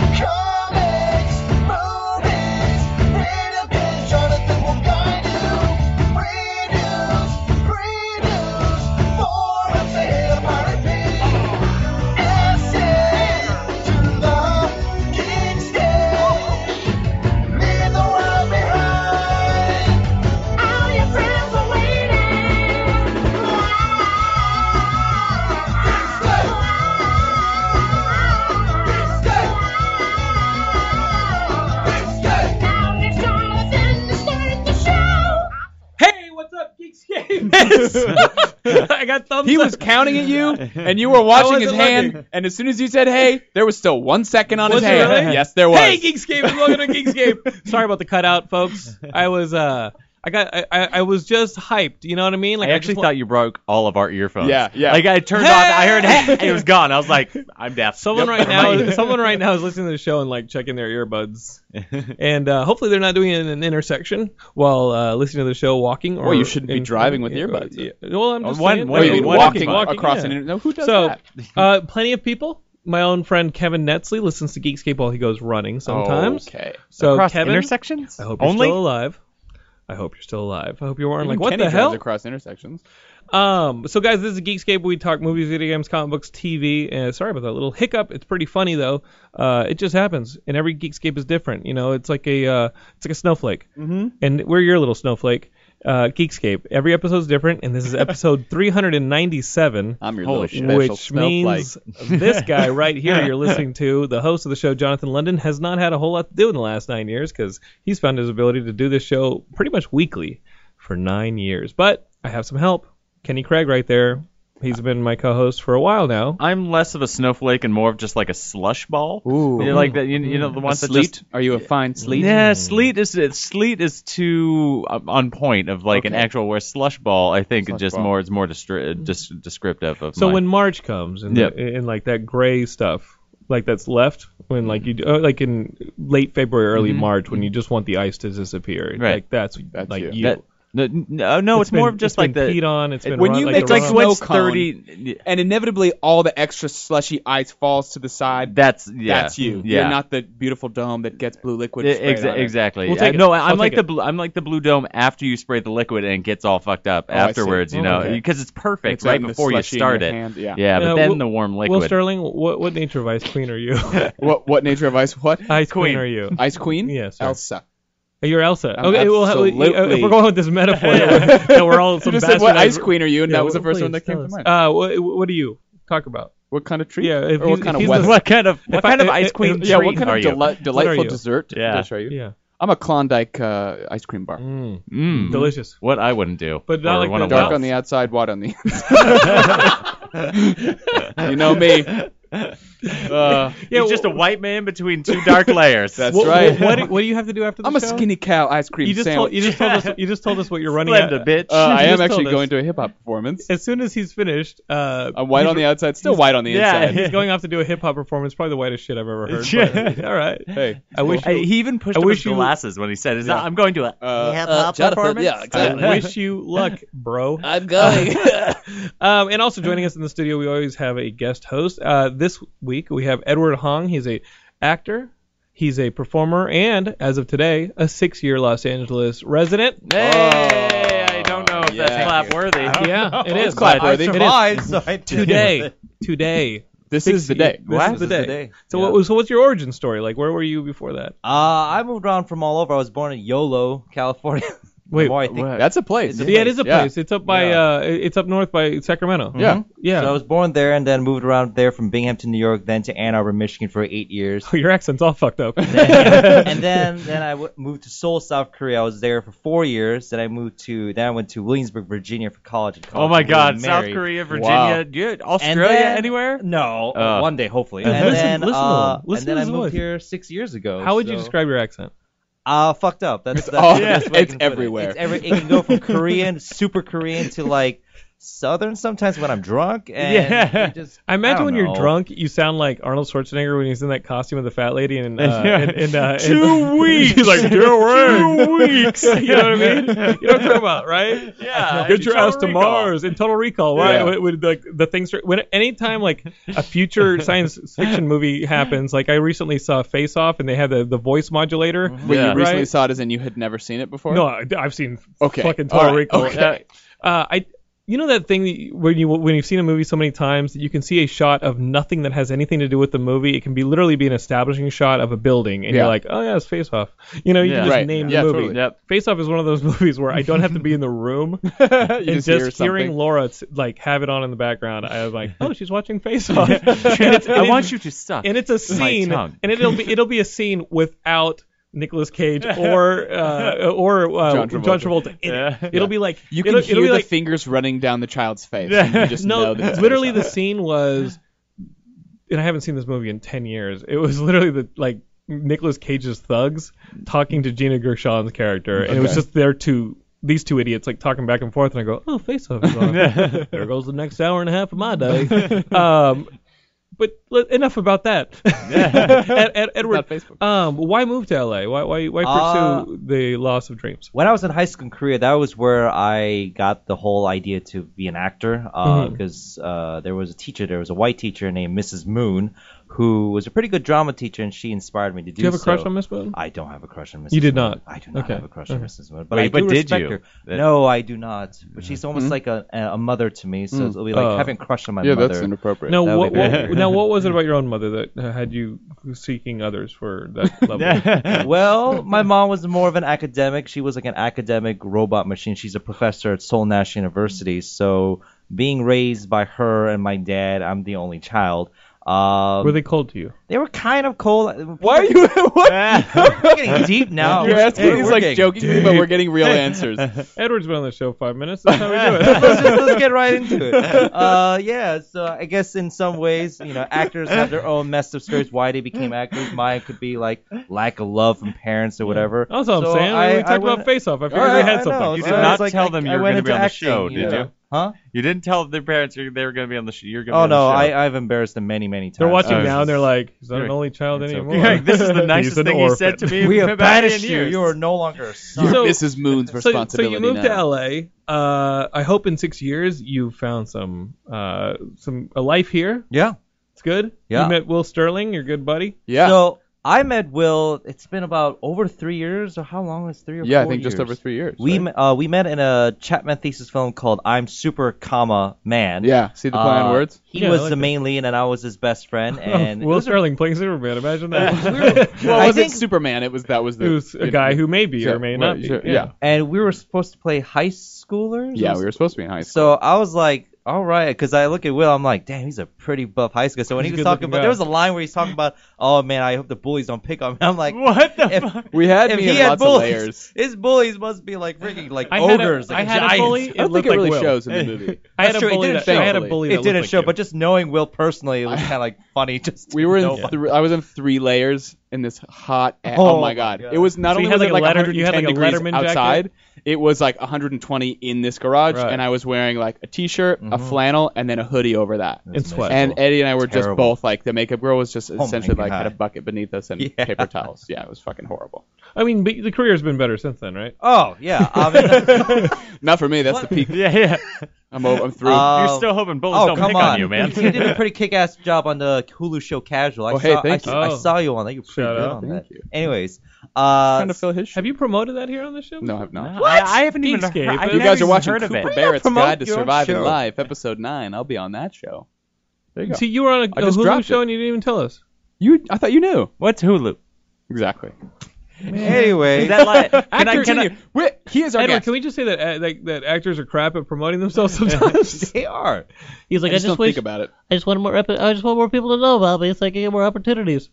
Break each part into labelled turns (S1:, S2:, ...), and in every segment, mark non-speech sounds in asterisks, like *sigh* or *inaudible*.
S1: Comics, movies, read a bit, Jonathan will guide you. Read news, read news, forums to hit a pirate beat. Essay to the geek's day. Leave the world behind. All your friends are waiting. Let's go. Let's go.
S2: Hey, what's up, Geekscape? *laughs* I got thumbs
S3: He
S2: up.
S3: was counting at *laughs* you, and you were watching his
S2: wasn't
S3: hand.
S2: looking.
S3: And as soon as you said "Hey," there was still one second on
S2: Was
S3: his
S2: it
S3: hand.
S2: really?
S3: Yes, there was.
S2: Hey, Geekscape, and welcome to Geekscape. Sorry about the cutout, folks. I was, uh, I got, I, I, I was just hyped. You know what I mean? Like
S4: I actually thought you broke all of our earphones.
S3: Yeah, yeah.
S4: Like I turned
S2: Hey!
S4: off, I heard and it was gone. I was like, I'm deaf.
S2: someone
S4: Yep,
S2: right now,
S3: *laughs*
S4: never mind.
S2: someone right now is listening to the show and like checking their earbuds, and uh, hopefully they're not doing it in an intersection while uh, listening to the show walking. Or
S3: Well, you shouldn't be
S2: in-
S3: driving with
S2: yeah,
S3: earbuds.
S2: yeah. Well, I'm just
S4: One-
S2: saying,
S4: one-
S2: like,
S4: one-
S3: walking,
S4: walking,
S3: across
S2: yeah.
S3: an internet. No, who does
S2: So,
S3: that?
S2: *laughs* uh, plenty of people. My own friend Kevin Netsley listens to Geekscape while he goes running sometimes.
S3: Okay.
S2: So
S4: across
S2: Kevin,
S4: intersections.
S3: Oh,
S2: I hope you're
S4: Only
S2: still alive. I hope you're still alive. I hope you aren't
S3: Even
S2: like what
S3: Kenny
S2: the
S3: drives
S2: hell.
S3: Across intersections.
S2: Um, so guys, this is Geekscape. We talk movies, video games, comic books, TV. And sorry about that little hiccup. It's pretty funny though. Uh, it just happens, and every Geekscape is different. You know, it's like a uh, it's like a snowflake, mm-hmm. and we're your little snowflake. Uh, Geekscape. Every episode's different, and this is episode *laughs* 397
S3: I'm your
S4: Holy
S3: little
S4: shit.
S3: special
S2: which
S3: snowflake.
S2: means
S4: *laughs*
S2: this guy right here you're listening to, the host of the show, Jonathan London, has not had a whole lot to do in the last nine years because he's found his ability to do this show pretty much weekly for nine years. But I have some help. Kenny Craig right there. He's been my co-host for a while now.
S4: I'm less of a snowflake and more of just like a slush ball. Ooh. You know, like that. You, you know the
S3: A
S4: ones that
S3: sleet?
S4: just.
S3: Are you a fine sleet?
S4: Yeah, sleet is it's- sleet is too um, on point of like an actual where slush ball. I think is just
S3: ball.
S4: more it's more destri- dis- descriptive of.
S2: Mm-hmm. So
S4: mine.
S2: when March comes and,
S4: Yep.
S2: and like that gray stuff, like that's left when like you do, oh, like in late February, early March when you just want the ice to disappear.
S4: Mm-hmm. Right.
S2: Like that's,
S3: That's
S2: like
S3: you.
S2: you.
S4: that, no, no, no, it's,
S2: been-
S4: more of just
S2: it's
S4: like
S2: been
S4: the
S2: peed on. It's been
S3: when
S2: run-
S3: you
S2: like
S3: make
S2: the
S3: a
S4: it's
S2: run-
S4: like
S3: snow
S4: what's
S3: cone.
S4: thirty.
S3: And inevitably, all the extra slushy ice falls to the side.
S4: That's yeah.
S3: That's you.
S4: Yeah.
S3: You're not the beautiful dome that gets blue liquid.
S4: Yeah,
S3: sprayed
S4: E, exa-
S3: on it.
S4: exactly.
S2: We'll
S4: Yeah.
S2: take it.
S4: No,
S2: I'll
S4: I'm like
S2: take
S4: the
S2: it.
S4: blue, I'm like the blue dome after you spray the liquid and it gets all fucked up
S3: I see.
S4: afterwards. You
S3: Oh,
S4: know,
S3: okay.
S4: because it's perfect
S3: It's
S4: right
S3: in the
S4: before you
S3: slushy in your
S4: start it.
S3: hand, yeah.
S2: Yeah,
S4: but then
S2: Will-
S4: the warm
S2: Will *laughs*
S4: liquid.
S2: Sterling, what what nature of ice queen are you? *laughs*
S3: What, what nature of ice? What?
S2: ice queen,
S4: Queen.
S2: are you?
S3: Ice queen?
S2: Yes, sir.
S3: Elsa.
S2: You're Elsa.
S3: I'm
S2: okay, well, how- we- uh,
S3: absolutely-
S2: if we're going with this
S3: *laughs*
S2: metaphor that, we're, that we're all some
S3: You just said what
S2: bastardized-
S3: ice queen are you, and
S2: Yeah,
S3: that was the
S2: well,
S3: first one
S2: please
S3: that came
S2: tell
S3: to
S2: us.
S3: mind.
S2: Uh, what, what do you talk about?
S3: What kind of treat?
S2: Yeah, if
S3: or
S2: he's-
S3: what
S2: if
S3: kind of
S2: he's
S3: weather?
S2: the-
S4: what kind of
S2: If
S4: what
S2: I-
S4: *laughs* kind of
S2: i-
S4: ice
S2: i-
S4: cream?
S3: yeah, what
S4: treat
S3: kind
S4: are
S3: of
S4: you?
S3: deli- delightful
S2: you?
S3: dessert
S4: Yeah.
S3: dish are you?
S2: Yeah,
S3: I'm a Klondike uh, ice cream bar.
S2: Mm,
S4: Mm.
S2: delicious.
S4: What I wouldn't do.
S2: But not
S4: or
S2: like
S4: one
S2: the
S4: of
S3: Dark
S4: Will's.
S3: on the outside,
S2: *laughs*
S3: white on the *laughs* inside. you
S2: *laughs*
S3: know me. Uh,
S2: Yeah,
S4: He's just a
S2: well-
S4: white man between two dark layers.
S3: That's
S2: What,
S3: right.
S2: what,
S3: *laughs*
S2: do- what do you have to do after the
S3: I'm a
S2: show?
S3: skinny cow ice cream
S2: You just told
S3: sandwich.
S2: you just told
S3: *laughs*
S2: us you just told us what you're running.
S4: Slim
S2: at.
S4: to bitch.
S3: uh, I
S2: you
S3: am
S2: just *laughs*
S3: actually
S2: told us.
S3: going to a hip hop performance.
S2: As soon as he's finished, uh,
S3: I'm white
S2: *laughs*
S3: on the outside, still white on the
S4: yeah,
S3: inside.
S2: he's going off to do a hip hop performance. Probably the whitest shit I've ever heard. but-
S3: *laughs*
S4: Yeah.
S2: all right.
S3: Hey,
S2: I wish
S4: I-
S2: you,
S4: he even pushed
S2: I
S4: up
S2: wish
S4: his
S2: you-
S4: glasses when he said, "Is that- I'm going to a
S3: uh,
S4: hip
S3: uh,
S4: hop
S3: Jonathan,
S4: performance."
S3: yeah,
S2: I
S3: exactly. *laughs*
S2: wish you luck, bro. Uh,
S3: I'm going.
S2: *laughs* Um, and also joining us in the studio, we always have a guest host. Uh, this week we have Edward Hong. He's a actor, he's a performer, and as of today, a six-year Los Angeles resident.
S4: Hey, I don't know if that's
S3: Yeah.
S4: clap worthy.
S2: Yeah, it is.
S3: clap
S2: but
S3: worthy.
S2: it is.
S5: survived, so I did
S2: Today, today.
S3: This is the day.
S2: This
S5: What?
S2: is the
S5: This
S2: day.
S5: is the day.
S2: So what was? So what's your origin story? Like, where were you before that?
S5: Uh, I moved around from all over. I was born in Yolo, California. *laughs* The
S2: Wait,
S5: more I think-
S3: That's a place.
S5: It's a
S2: Yeah, it is a
S3: Yeah.
S2: place. Mm-hmm. It's up by.
S5: Yeah.
S2: Uh, it's up north by Sacramento.
S3: Yeah.
S2: Yeah.
S5: So I was born there and then moved around there from Binghamton, New York, then to Ann Arbor, Michigan for eight years.
S2: *laughs* Your accent's all fucked up.
S5: and then then I w- moved to Seoul, South Korea. I was there for four years. Then I moved to then I went to Williamsburg, Virginia for college. And college
S4: Oh my
S5: and
S4: God,
S5: getting
S4: South
S5: married.
S4: Korea,
S3: Wow.
S4: Virginia, dude,
S5: And
S4: Australia,
S5: then-
S4: anywhere?
S5: No,
S4: Oh.
S5: one day hopefully.
S2: Uh. And
S5: And,
S2: listen-
S5: then,
S2: listen to
S5: uh,
S2: him. Listen
S5: and then
S2: to
S5: I
S2: his voice.
S5: moved here six years ago.
S2: How would you
S5: so-
S2: describe your accent?
S5: Uh, fucked up. That's that's
S3: all-
S5: the best way I
S3: it's
S5: can put it.
S3: everywhere.
S5: It's every, it can go from Korean, super Korean, to like Southern sometimes when I'm drunk. And
S4: Yeah.
S5: it just,
S2: I imagine
S5: don't
S2: when
S5: know.
S2: you're drunk, you sound like Arnold Schwarzenegger when he's in that costume of the fat lady and uh,
S4: *laughs*
S2: and, and, uh, and-
S4: Two *laughs* weeks.
S2: he's like, "You're right."
S4: Two
S2: *laughs*
S4: weeks.
S2: you know what I mean? You know what I'm talking about, right? *laughs*
S4: Yeah,
S2: Get
S4: in
S2: your
S4: Total
S2: ass to
S4: Recall.
S2: Mars in Total Recall, right?
S3: Yeah.
S2: When, when, like the things are- when anytime like a
S4: *laughs*
S2: future science fiction movie happens, like I recently saw Face Off and they had the, the voice modulator.
S3: Wait,
S4: Yeah.
S3: you recently
S2: Right.
S3: saw it as in you had never seen it before?
S2: No, I, I've seen
S3: Okay.
S2: fucking Total
S3: All right.
S2: Recall.
S3: Okay.
S2: Uh, I, you know that thing that you- when you when you've seen a movie so many times that you can see a shot of nothing that has anything to do with the movie. It can be literally be an establishing shot of a building, and
S3: Yeah.
S2: you're like, oh yeah, it's Face Off. You know, you
S4: Yeah.
S2: can just
S3: Right.
S2: name
S3: Yeah,
S2: the movie.
S3: totally.
S4: Yep.
S2: Face Off is one of those *laughs* movies where I don't have to be in the room.
S3: *laughs* You
S2: and just,
S3: just hear
S2: hearing
S3: something.
S2: Laura t- like have it on in the background, I was like, oh, she's watching
S3: *laughs*
S2: Face Off. and
S5: *laughs*
S2: it's, *laughs* and
S4: I
S2: it-
S4: want you to suck.
S2: and it's a scene,
S4: tongue.
S2: and it'll be it'll be a scene without Nicolas Cage
S3: *laughs*
S2: or uh, or uh,
S3: John
S2: John
S3: Travolta.
S2: Travolta. in it.
S4: Yeah.
S2: It'll be like
S3: You can
S2: it'll,
S3: hear
S2: it'll be
S3: the
S2: like,
S3: fingers running down the child's face. and you
S2: *laughs*
S3: just
S2: no,
S3: know that it's
S2: literally the
S3: based
S2: scene was, and I haven't seen this movie in ten years. It was *laughs* literally the like Nicolas Cage's thugs talking to Gina Gershon's character, and it was
S3: Okay.
S2: just their two. These two idiots like talking back and forth, and I go, "Oh, face off is
S3: *laughs*
S2: on. there goes the next hour and a half of my day." Um, but le- enough about that. *laughs* Ed- Ed- Edward,
S3: About Facebook. Uh,
S2: um, why move to LA? Why why why pursue the loss of dreams?
S5: when I was in high school in Korea, that was where I got the whole idea to be an actor
S2: Mm-hmm.
S5: because uh, there was a teacher, there was a white teacher named Mrs. Moon, who was a pretty good drama teacher, and she inspired me to do.
S2: Do you have a crush
S5: so.
S2: on Miss Moon?
S5: I don't have a crush on Mrs.
S2: You did
S5: Moon.
S2: not?
S5: I do not
S2: Okay.
S5: have a crush on Mrs. Moon, but
S4: Wait,
S5: I
S4: but
S5: do
S4: did
S5: respect
S4: you?
S5: her. Mm-hmm.
S4: That-
S5: No, I do not. But she's almost like a, a mother to me, so it'll be like
S2: Oh.
S5: having a crush on my
S3: on- *laughs* Yeah,
S5: mother.
S3: that's inappropriate.
S2: No,
S5: That
S2: what,
S5: would be
S2: what, now what was it about your own mother that uh, had you seeking others for that level?
S5: well, my mom was more of an academic. She was like an academic robot machine. She's a professor at Seoul Nash University. So being raised by her and my dad, I'm the only child. Um,
S2: Were they cold to you?
S5: they were kind of cold.
S3: Why are you?
S5: *laughs*
S3: What?
S5: We're getting deep now.
S3: You're asking
S5: We're-
S3: these
S5: we're
S3: like
S5: getting-
S3: jokingly, but we're
S2: *laughs*
S3: getting real answers.
S2: Edward's been on the show five minutes. That's how
S5: *laughs*
S2: we do it. *laughs*
S5: *laughs* let's, just, let's get right into it. Uh, yeah, so I guess in some ways, you know, actors have their own messed up stories why they became actors. Mine could be like lack of love from parents or whatever.
S2: That's all
S5: So
S2: I'm saying.
S5: I-
S2: we talked
S5: I
S2: about
S5: went-
S2: Face Off. I figured
S5: Alright,
S2: we had
S5: I
S2: something.
S5: know,
S4: You
S5: so
S4: did
S5: I
S4: not
S5: was like,
S4: tell
S5: I-
S4: them you
S5: I
S4: were
S5: went
S4: gonna be
S5: into
S4: on the show,
S5: acting,
S4: did
S5: yeah.
S4: you?
S5: Huh?
S4: You didn't tell their parents you- they were going to be on the show. You're going
S5: Oh
S4: to be
S5: no,
S4: on the show.
S5: I, I've embarrassed them many, many times.
S2: They're watching
S4: Oh,
S2: now and they're like, he's not an
S4: You're-
S2: only child
S5: it's
S2: anymore.
S5: okay.
S4: You're like, this is
S5: *laughs*
S4: the nicest
S2: *laughs* He's an
S4: thing he said to
S2: orphan.
S4: me.
S5: We have
S4: about
S5: banished
S4: in
S5: you.
S4: years.
S5: You
S4: *laughs*
S5: are no longer a son.
S2: *laughs*
S3: You're
S2: So-
S3: Mrs. Moon's
S2: So, so
S3: responsibility
S2: you moved
S3: now.
S2: to LA. Uh, I hope in six years you found some uh, some a life here.
S5: yeah.
S2: It's good.
S5: Yeah.
S2: You met Will Sterling, your good buddy.
S3: Yeah.
S5: So I met Will. It's been about over three years, or how long is three or
S3: yeah, I
S5: four
S3: think just
S5: years?
S3: over three years.
S5: We
S3: right?
S5: met, uh, we met in a Chapman thesis film called I'm Super, comma Man.
S3: Yeah. See the play on
S5: Uh,
S3: words.
S5: He
S2: Yeah, I
S5: was
S2: like
S5: the
S2: that.
S5: main lead, and I was his best *laughs* friend. And
S2: Will Sterling playing Superman. Imagine that.
S3: Well, it
S5: I
S3: wasn't
S5: think-
S3: Superman. It was that was the.
S2: it was a guy who may be or may not be.
S3: Yeah.
S5: and we were supposed to play high schoolers.
S3: Yeah,
S5: or
S3: we were supposed to be in high school.
S5: So I was like, all right, because I look at Will, I'm like, damn, he's a pretty buff high school. So when
S2: He's a
S5: he was
S2: good-looking
S5: talking about,
S2: guy.
S5: there was a line where he's talking about, oh man, I hope the bullies don't pick on me. *laughs* I'm like,
S4: What the
S5: if,
S3: *laughs*
S4: fuck?
S3: we had
S5: if
S3: me
S5: he
S3: in
S5: had
S3: lots
S5: bullies,
S3: of layers.
S5: *laughs* his bullies must be like freaking like
S2: I had a-
S5: ogres,
S2: I
S5: like
S2: had a
S5: giants.
S2: bully-
S3: I don't
S2: It
S3: think
S2: looked
S3: it
S2: like
S3: really
S2: Will. *laughs*
S3: shows in the movie.
S2: I had,
S5: That's
S2: a
S5: true, it
S2: bully
S5: didn't
S2: that, I had a
S3: show.
S2: bully that
S5: It
S2: looked
S5: didn't
S2: like
S5: show,
S2: you.
S5: but just knowing Will personally,
S3: *laughs*
S5: it was kind of like funny. Just
S3: We were in.
S5: No.
S3: Th- I was in three layers in this hot. a-
S5: Oh
S3: oh my
S5: my
S3: god!
S5: God.
S3: It was not
S2: So you
S3: only
S2: had
S3: was
S2: like
S3: it
S2: a
S3: like
S2: letter- you had like
S3: 110
S2: a
S3: degrees
S2: Letterman jacket?
S3: outside, it was like 120 in this garage,
S2: Right.
S3: and I was wearing like a t-shirt, a flannel, and then a hoodie over that.
S2: in sweat.
S3: And Eddie and I were just
S5: Mm-hmm. Terrible. Oh
S3: both like the makeup girl was just
S5: my
S3: essentially like had
S5: God.
S3: a bucket beneath us and
S5: *laughs* Yeah.
S3: paper towels. Yeah, it was fucking horrible.
S2: I mean, but the career's been better since then, right?
S5: Oh yeah, I mean,
S3: Not for me. That's the peak.
S4: Yeah, yeah.
S3: I'm over. I'm through.
S5: Uh,
S4: You're still hoping bullets
S5: oh
S4: don't
S5: come
S4: pick
S5: on.
S4: on you,
S5: *laughs*
S4: man.
S5: you
S4: *laughs*
S5: did a pretty kick-ass job on the Hulu show Casual. I
S3: Oh,
S5: saw,
S3: hey, thank
S5: I,
S2: you.
S5: I
S2: Oh.
S5: saw you on that. You're pretty
S2: Shout
S5: good
S2: out.
S5: on
S3: Thank
S5: that.
S3: you.
S5: Anyways, uh,
S3: trying to fill his shoes.
S2: Have you promoted that here on the show?
S3: No, I've not.
S4: What? I, I haven't even
S2: Geekscape.
S4: heard. I've
S2: You
S4: never
S3: You guys are
S4: even
S3: watching
S4: heard of
S3: Cooper
S4: it.
S3: Barrett's
S5: promote
S3: Guide to
S5: your
S3: Surviving
S5: show?
S3: Life, episode nine. I'll be on that show. There you go.
S2: See, you were on a,
S3: I
S2: a
S3: just
S2: Hulu
S3: dropped
S2: show
S3: it.
S2: and you didn't even tell us.
S3: You, I thought you knew.
S4: What's Hulu?
S3: Exactly.
S5: anyway,
S4: Is that like? Can I?
S2: Actor-
S4: Can I?
S2: Continue.
S3: Wait, he is our
S2: Edward,
S3: guest.
S2: can we just say that, uh, that that actors are crap at promoting themselves
S3: *laughs*
S2: sometimes?
S5: they are.
S6: He's like,
S3: I just, don't
S6: wish,
S3: think about it.
S6: I just want more, epi- I just want more people to know about me. It's like I get more opportunities.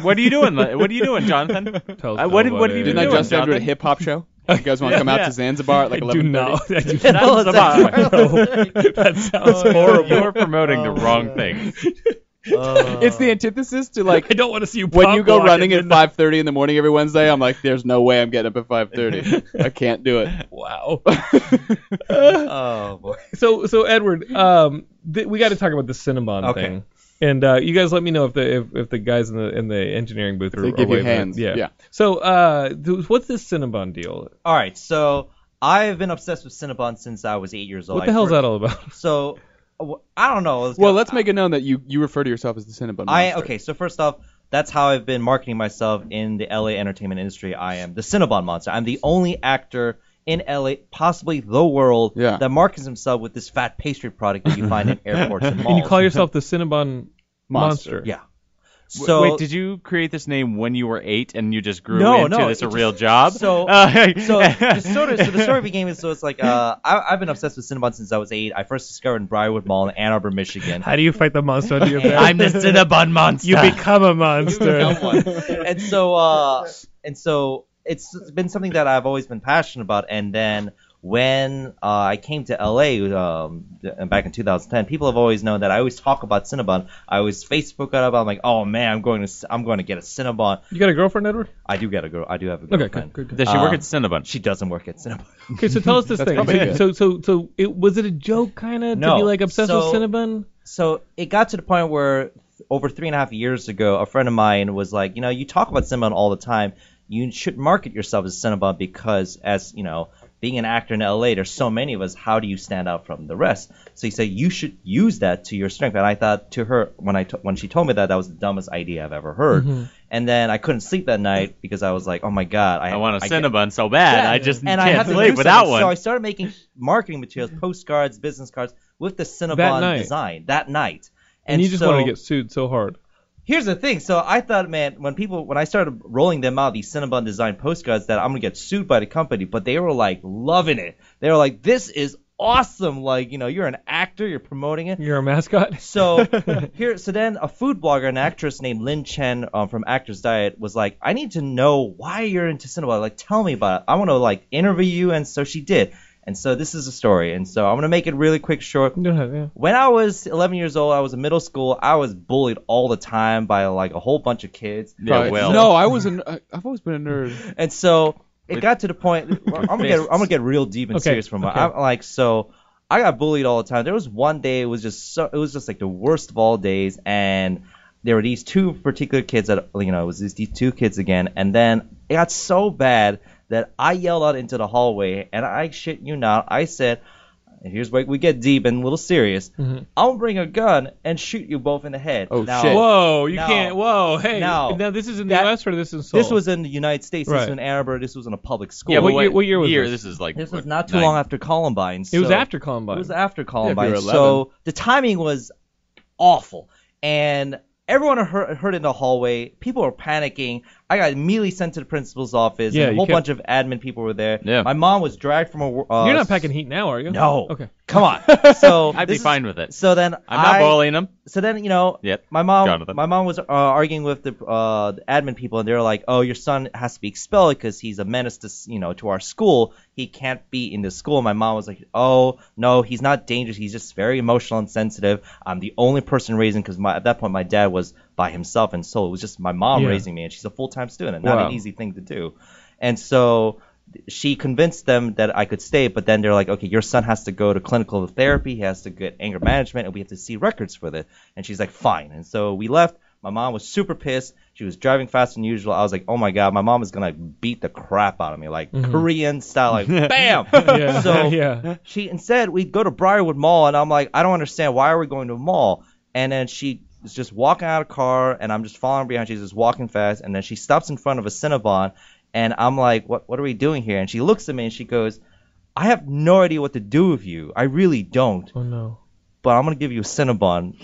S4: What are you doing? li- What are you doing,
S5: *laughs*
S4: Jonathan?
S2: Tell us
S4: Uh, what did- what
S2: nobody.
S4: did you
S3: Didn't
S4: do
S3: I
S4: doing,
S3: just enter a
S4: Jonathan?
S3: hip hop show? You guys want to come out
S4: yeah.
S3: to Zanzibar at like
S2: I do
S3: 11?
S2: not.
S3: *laughs*
S2: I do
S4: That
S2: *laughs*
S4: was about.
S2: that sounds horrible. *laughs*
S4: *laughs* You're promoting the
S5: *laughs*
S4: wrong thing.
S3: It's
S5: Uh,
S3: the antithesis to like
S2: I don't want to see you.
S3: when
S2: pop
S3: you go
S2: block
S3: running at
S2: and then-
S3: 5:30 in the morning every Wednesday. I'm like, there's no way I'm getting up at 5:30.
S5: *laughs*
S3: I can't do it.
S2: Wow.
S5: Oh boy.
S2: so so Edward, um, th- we got to talk about the Cinnabon
S5: Okay.
S2: thing. And uh, you guys, let me know if the if, if the guys in the in the engineering booth are,
S3: They
S2: are
S3: give you
S2: waving.
S3: hands.
S2: Yeah.
S3: Yeah.
S2: So uh, th- what's this Cinnabon deal?
S5: All right, so I have been obsessed with Cinnabon since I was eight years old.
S2: What the hell's that all about? *laughs*
S5: So uh, I don't know.
S3: Well, let's make it known that you you refer to yourself as the Cinnabon.
S5: I
S3: Monster.
S5: okay. So first off, that's how I've been marketing myself in the LA entertainment industry. I am the Cinnabon monster. I'm the only actor in LA, possibly the world,
S3: Yeah.
S5: that markets himself with this fat pastry product that you find in airports and malls.
S2: And you call yourself the Cinnabon monster?
S3: Monster.
S5: yeah.
S4: W-
S5: So
S4: Wait, did you create this name when you were eight and you just grew
S5: No,
S4: into
S5: no,
S4: this
S5: it
S4: a
S5: just-
S4: real job?
S5: so-
S4: Uh, *laughs*
S2: *laughs*
S5: so the sort of, so the story became so it's like uh, I, I've been obsessed with Cinnabon since I was eight. I first discovered in Briarwood Mall in Ann Arbor, Michigan.
S2: How do you fight the monster under *laughs* your bed?
S4: I'm the Cinnabon monster.
S2: you become a monster.
S5: *laughs* and so uh and so it's been something that I've always been passionate about and then when uh, I came to LA um, th- back in 2010, people have always known that I always talk about Cinnabon. I always Facebook about. it. I'm like, oh man, I'm going to c- I'm going to get a Cinnabon.
S2: you got a girlfriend, Edward?
S5: I do get a girl. I do have a
S2: Okay,
S5: girlfriend.
S2: good, good, good.
S4: Does she work
S5: Uh,
S4: at Cinnabon?
S5: She doesn't work at Cinnabon.
S2: Okay, so tell us this thing.
S3: probably
S2: So,
S3: good.
S2: so, so, so it, was it a joke, kind of,
S5: No.
S2: to be like obsessed
S5: So-
S2: with Cinnabon?
S5: so it got to the point where over three and a half years ago, a friend of mine was like, you know, you talk about Cinnabon all the time. You should market yourself as Cinnabon because, as you know, being an actor in LA, there's so many of us. How do you stand out from the rest? So he said you should use that to your strength. And I thought to her when I t- when she told me that, that was the dumbest idea I've ever heard. And then I couldn't sleep that night because I was like, oh my god, I,
S4: I want a
S5: can't-
S4: Cinnabon so bad.
S5: yeah.
S4: I just
S5: and I had
S4: can't
S5: to
S4: sleep
S5: do
S4: without
S5: something. So I
S4: one.
S5: started making marketing materials, postcards, business cards with the
S2: That
S5: Cinnabon
S2: night.
S5: design that night.
S2: And, you just
S5: so,
S2: wanted to get sued so hard.
S5: Here's the thing. So I thought, man, when people when I started rolling them out, these Cinnabon design postcards, that I'm gonna get sued by the company. But they were like loving it. They were like, this is awesome. Like you know, you're an actor, you're promoting it.
S2: You're a *laughs* mascot?
S5: So here, so then a food blogger, an actress named Lin Chen um, from Actors Diet, was like, "I need to know why you're into cinema. Like, tell me about it. I want to like interview you." And so she did. And so this is a story. And so I'm gonna make it really quick, short.
S2: You don't have, yeah.
S5: When I was 11 years old, I was in middle school. I was bullied all the time by like a whole bunch of kids.
S4: Yeah, well,
S3: no, I was an. I- I've always been a nerd.
S5: And so it got to the point. I'm gonna get I'm gonna get real deep and
S2: Okay,
S5: serious from my.
S2: okay.
S5: I'm like so. I got bullied all the time. There was one day it was just so it was just like the worst of all days, and there were these two particular kids that you know it was these these two kids again, and then it got so bad that I yelled out into the hallway, and I shit you not, I said. And here's where we get deep and a little serious.
S2: Mm-hmm.
S5: I'll bring a gun and shoot you both in the head.
S3: Oh, shit.
S2: Whoa, you
S5: No.
S2: can't. Whoa, hey.
S5: No.
S2: Now, this is in the
S5: That-
S2: U.S. or this is in Seoul?
S5: This was in the United States. This
S2: Right.
S5: was in Ann Arbor. This was in a public school.
S4: yeah, but
S2: What year- what year was
S4: year?
S2: this?
S4: This is like
S5: This
S4: what,
S5: was not too
S4: nine-
S5: long after Columbine.
S2: It was
S5: so-
S2: after Columbine.
S5: It was after
S3: Yeah,
S5: Columbine.
S3: if you were
S5: so the timing was awful, and everyone heard, heard it in the hallway. People were panicking. I got immediately sent to the principal's office.
S2: Yeah,
S5: and a
S2: you
S5: whole
S2: can't-
S5: bunch of admin people were there.
S4: Yeah.
S5: My mom was dragged from a. wor- Uh,
S2: You're not packing heat now, are you?
S5: No. *laughs*
S2: Okay.
S5: Come on. So
S4: I'd be
S5: this is-
S4: fine with it.
S5: So then
S4: I'm not
S5: I-
S4: bullying him.
S5: so then you know
S4: Yep,
S5: my mom
S4: Jonathan.
S5: my mom was uh, arguing with the, uh, the admin people and they were like oh your son has to be expelled because he's a menace to s- you know to our school he can't be in the school my mom was like oh no he's not dangerous he's just very emotional and sensitive i'm the only person raising because at that point my dad was by himself and so it was just my mom
S2: Yeah.
S5: raising me and she's a full-time student not
S2: Wow.
S5: an easy thing to do and so she convinced them that I could stay, but then they're like, okay, your son has to go to clinical therapy, he has to get anger management, and we have to see records for this. And she's like, fine. And so we left. My mom was super pissed. She was driving faster than usual. I was like, oh my god, my mom is gonna beat the crap out of me, like Korean
S2: *laughs*
S5: style, like bam.
S2: Mm-hmm. Yeah. *laughs*
S5: So
S2: yeah.
S5: she instead we'd go to Briarwood Mall, and I'm like, I don't understand why are we going to a mall? And then she is just walking out of the car, and I'm just following behind. She's just walking fast, and then she stops in front of a Cinnabon, and I'm like, what What are we doing here? And she looks at me and she goes, I have no idea what to do with you. I really don't.
S2: Oh no.
S5: But I'm gonna give you
S3: *laughs*
S5: a Cinnabon.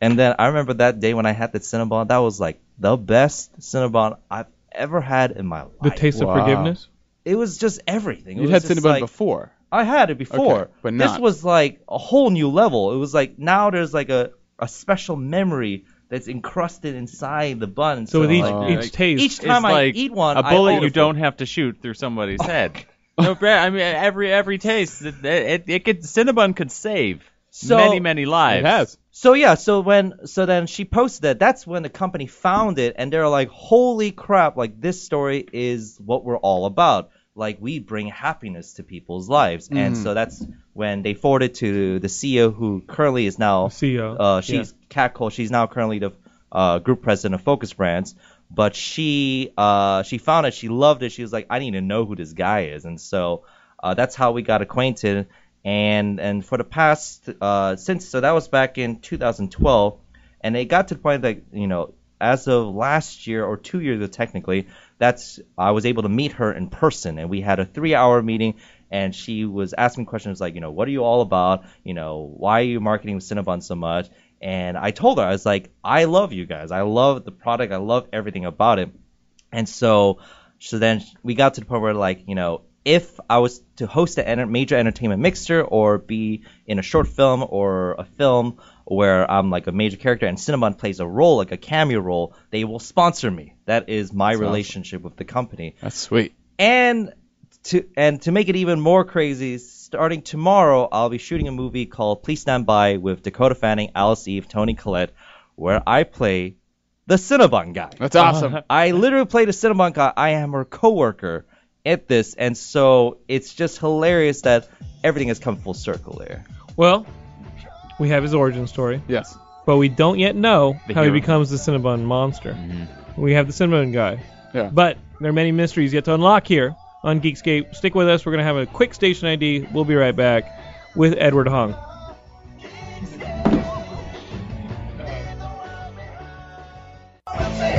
S5: and then I remember that day when I had that Cinnabon. That was like the best Cinnabon I've ever had in my life.
S2: The taste of
S3: Wow.
S2: forgiveness.
S5: It was just everything. It
S3: You
S5: was
S3: had
S5: just
S3: Cinnabon
S5: like-
S3: before.
S5: I had it before.
S3: Okay, but
S5: This
S3: not-
S5: was like a whole new level. It was like now there's like a, a special memory that's encrusted inside the bun.
S2: So with each
S3: Oh.
S2: each taste,
S5: each
S4: It's
S5: time I
S4: like
S5: eat one,
S4: a
S5: I
S4: bullet
S5: order
S4: you
S5: for-
S4: don't have to shoot through somebody's head. No, Brad, I mean every every taste, it, it, it could Cinnabon could save
S5: So-
S4: many many lives.
S3: It has.
S5: So yeah, so when so then she posted that. That's when the company found it, and they're like, "Holy crap! Like this story is what we're all about. Like we bring happiness to people's lives."
S3: Mm.
S5: And so that's when they forwarded to the CEO, who currently is now
S2: CEO,
S5: Uh, she's Kat Cole. She's now currently the uh, group president of Focus Brands. But she uh, she found it. She loved it. She was like, "I need to know who this guy is." And so uh, that's how we got acquainted. And and for the past uh, since so that was back in 2012, and it got to the point that you know as of last year or two years ago technically, that's I was able to meet her in person, and we had a three-hour meeting. And she was asking questions like, you know, what are you all about? You know, why are you marketing with Cinnabon so much? And I told her, I was like, I love you guys. I love the product. I love everything about it. And so, so then we got to the point where like, you know, if I was to host a enter- major entertainment mixer or be in a short film or a film where I'm like a major character and Cinnabon plays a role, like a cameo role, they will sponsor me. That is my relationship with the company.
S3: That's sweet.
S5: And to and to make it even more crazy, starting tomorrow, I'll be shooting a movie called Please Stand By with Dakota Fanning, Alice Eve, Tony Collette, where I play the Cinnabon guy.
S3: That's awesome.
S5: I literally played a Cinnabon guy. I am her coworker at this, and so it's just hilarious that everything has come full circle there.
S2: well, we have his origin story,
S3: yes.
S2: but we don't yet know
S4: The
S2: how
S4: hero.
S2: he becomes the Cinnabon monster.
S5: Mm-hmm.
S2: We have the Cinnabon guy,
S3: Yeah.
S2: but there are many mysteries yet to unlock here on Geekscape. Stick with us. We're gonna have a quick station ID. We'll be right back with Edward Hung.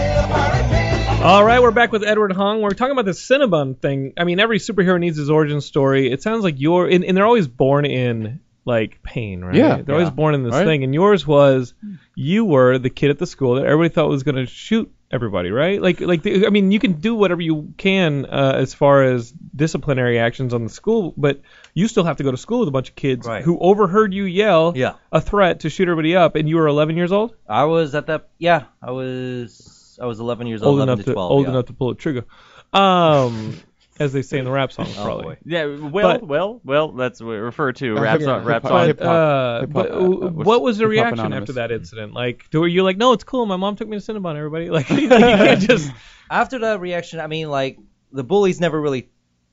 S2: All right, we're back with Edward Hung. We're talking about the Cinnabon thing. I mean, every superhero needs his origin story. It sounds like your and, and they're always born in like pain, right?
S3: Yeah.
S2: they're always born in this
S3: Right.
S2: thing. And yours was, you were the kid at the school that everybody thought was going to shoot everybody, right? Like, like the, I mean, you can do whatever you can uh, as far as disciplinary actions on the school, but you still have to go to school with a bunch of kids
S5: Right.
S2: who overheard you yell
S5: Yeah.
S2: a threat to shoot everybody up, and you were 11 years old.
S5: I was at that. Yeah, I was. I was 11 years old,
S2: old
S5: 11
S2: enough
S5: to
S2: to,
S5: 12.
S2: old
S5: yeah.
S2: enough to pull a trigger, um, *laughs* as they say in the rap song, probably.
S5: Oh, boy.
S4: Yeah, well,
S2: But-
S4: well, well. That's what we refer to.
S3: Uh,
S4: Raps
S3: yeah,
S4: on, raps
S3: hip-hop.
S4: on.
S2: But, uh,
S3: Hip-hop,
S2: but
S3: uh, uh,
S2: uh, what was the
S3: Hip-Hop
S2: reaction
S3: Anonymous.
S2: after that incident? Like, do, were you like, no, it's cool. My mom took me to Cinnabon. Everybody, *laughs* like,
S3: *laughs*
S2: like, you can't just.
S5: *laughs* After that reaction, I mean, like the bullies never really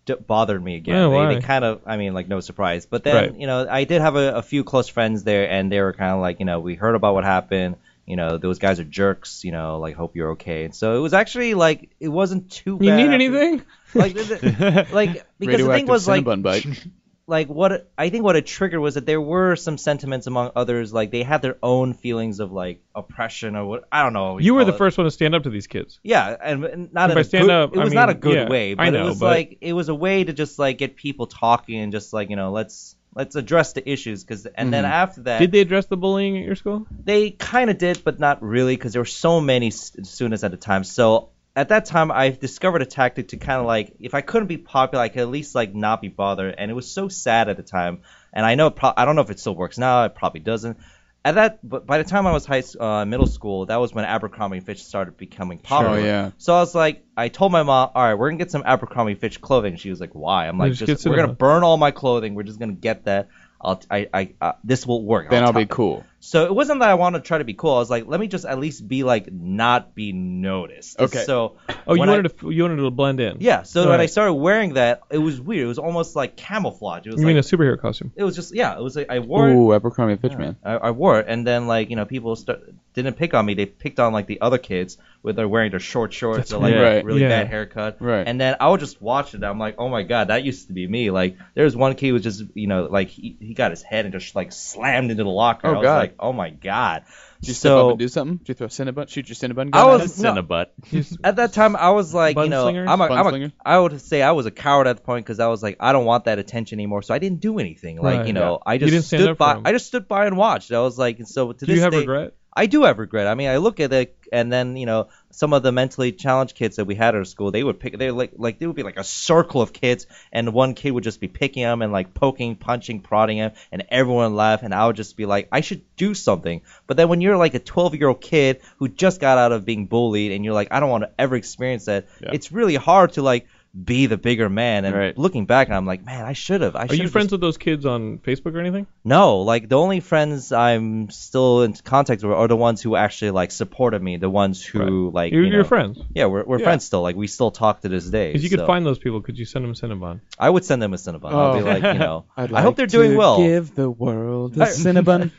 S5: d- bothered me again.
S2: Yeah,
S5: they, they
S2: Oh, why?
S5: kind of, I mean, like no surprise. But then,
S2: Right.
S5: you know, I did have a, a few close friends there, and they were kind of like, you know, we heard about what happened. You know, those guys are jerks. You know, like hope you're okay. And so it was actually like it wasn't too.
S2: You
S5: bad
S2: need
S5: after-
S2: anything?
S5: *laughs* Like, the-
S3: *laughs*
S5: the- like because the thing
S3: Radioactive
S5: was like
S3: Cinnabon bite.
S5: like what I think what it triggered was that there were some sentiments among others like they had their own feelings of like oppression or what I don't know. what
S2: You were
S5: call
S2: the
S5: it.
S2: first one to stand up to these kids.
S5: Yeah, and- and not
S2: If
S5: in
S2: I
S5: a
S2: stand
S5: good,
S2: up,
S5: it
S2: I
S5: was not a
S2: mean,
S5: good
S2: yeah,
S5: way, but
S2: I
S5: it
S2: know,
S5: was
S2: but-
S5: like it was a way to just like get people talking and just like you know let's let's address the issues because and then after that
S2: Mm-hmm. Did they address the bullying at your school?
S5: they kind of did, but not really, because there were so many s- students at the time. So at that time, I discovered a tactic to kind of like, if I couldn't be popular, I could at least like not be bothered. And it was so sad at the time. And I know, it pro- I don't know if it still works now. It probably doesn't. At that, but by the time I was high, s- uh, middle school, that was when Abercrombie and Fitch started becoming popular.
S3: yeah.
S5: So I was like, I told my mom, all right, we're gonna get some Abercrombie Fitch clothing. She was like, why? I'm like,
S2: Just
S5: just,
S2: get
S5: we're
S2: Cinnabon.
S5: gonna burn all my clothing. We're just gonna get that. I'll, I, I, uh, this will work.
S3: Then I'll
S5: top
S3: be
S5: it.
S3: cool.
S5: So it wasn't that I wanted to try to be cool. I was like, let me just at least be like not be noticed.
S3: Okay.
S5: So
S2: Oh, you
S5: when I-
S2: wanted to you wanted to blend in.
S5: yeah. So when
S2: Alright.
S5: I started wearing that, it was weird. It was almost like camouflage. It was
S2: You
S5: like
S2: mean a superhero
S5: *laughs*
S2: costume?
S5: it was just yeah. It was like I wore it.
S3: Ooh, Abercrombie and Fitchman.
S5: I, I wore it, and then like you know people start, didn't pick on me. They picked on like the other kids where they're wearing their short shorts, or, like
S3: right. Right.
S5: really
S2: Yeah.
S5: bad haircut.
S3: Right.
S5: And then I would just watch it. and I'm like, oh my god, that used to be me. Like there was one kid who was just you know like he, he got his head and just like slammed into the locker.
S3: Oh,
S5: I was
S3: God.
S5: like, oh my god.
S3: Did you step up
S5: so
S3: and do something? Did you throw a Cinnabon? Shoot your Cinnabon gun?
S5: I
S3: at
S5: was-
S3: us?
S5: no.
S4: Cinnabutt.
S5: at that time I was like you know
S2: Bunslinger?
S5: I'm a, I'm a,
S3: Bunslinger?
S5: I would say I was a coward at the point because I was like I don't want that attention anymore. So I didn't do anything. Like
S2: Right.
S5: you know I just
S2: didn't stand
S5: stood
S2: up for
S5: by.
S2: him.
S5: I just stood by and watched. I was like so to
S2: Do
S5: this
S2: you have
S5: day,
S2: regret?
S5: I do have regret. I mean, I look at it, and then you know, some of the mentally challenged kids that we had at our school, they would pick. They like like there would be like a circle of kids, and one kid would just be picking them and like poking, punching, prodding him, and everyone laughed. And I would just be like, I should do something. But then when you're like a 12 year old kid who just got out of being bullied, and you're like, I don't want to ever experience that. It's really hard to like be the bigger man. And
S4: Right.
S5: looking back, I'm like, man, I should have. I
S2: Are
S5: should
S2: you friends with those kids on Facebook or anything?
S5: no, like the only friends I'm still in contact with are the ones who actually like supported me. The ones who like
S2: You're,
S5: you know-
S2: you're friends.
S5: Yeah, we're, we're
S3: Yeah.
S5: friends still. Like we still talk to this day.
S2: If you could
S5: so
S2: find those people, could you send them Cinnabon?
S5: I would send them a Cinnabon. I'll be
S3: Oh.
S5: like, you know,
S3: *laughs* I'd
S5: I hope
S3: like
S5: they're doing
S3: to
S5: well.
S3: Give the world a Cinnabon.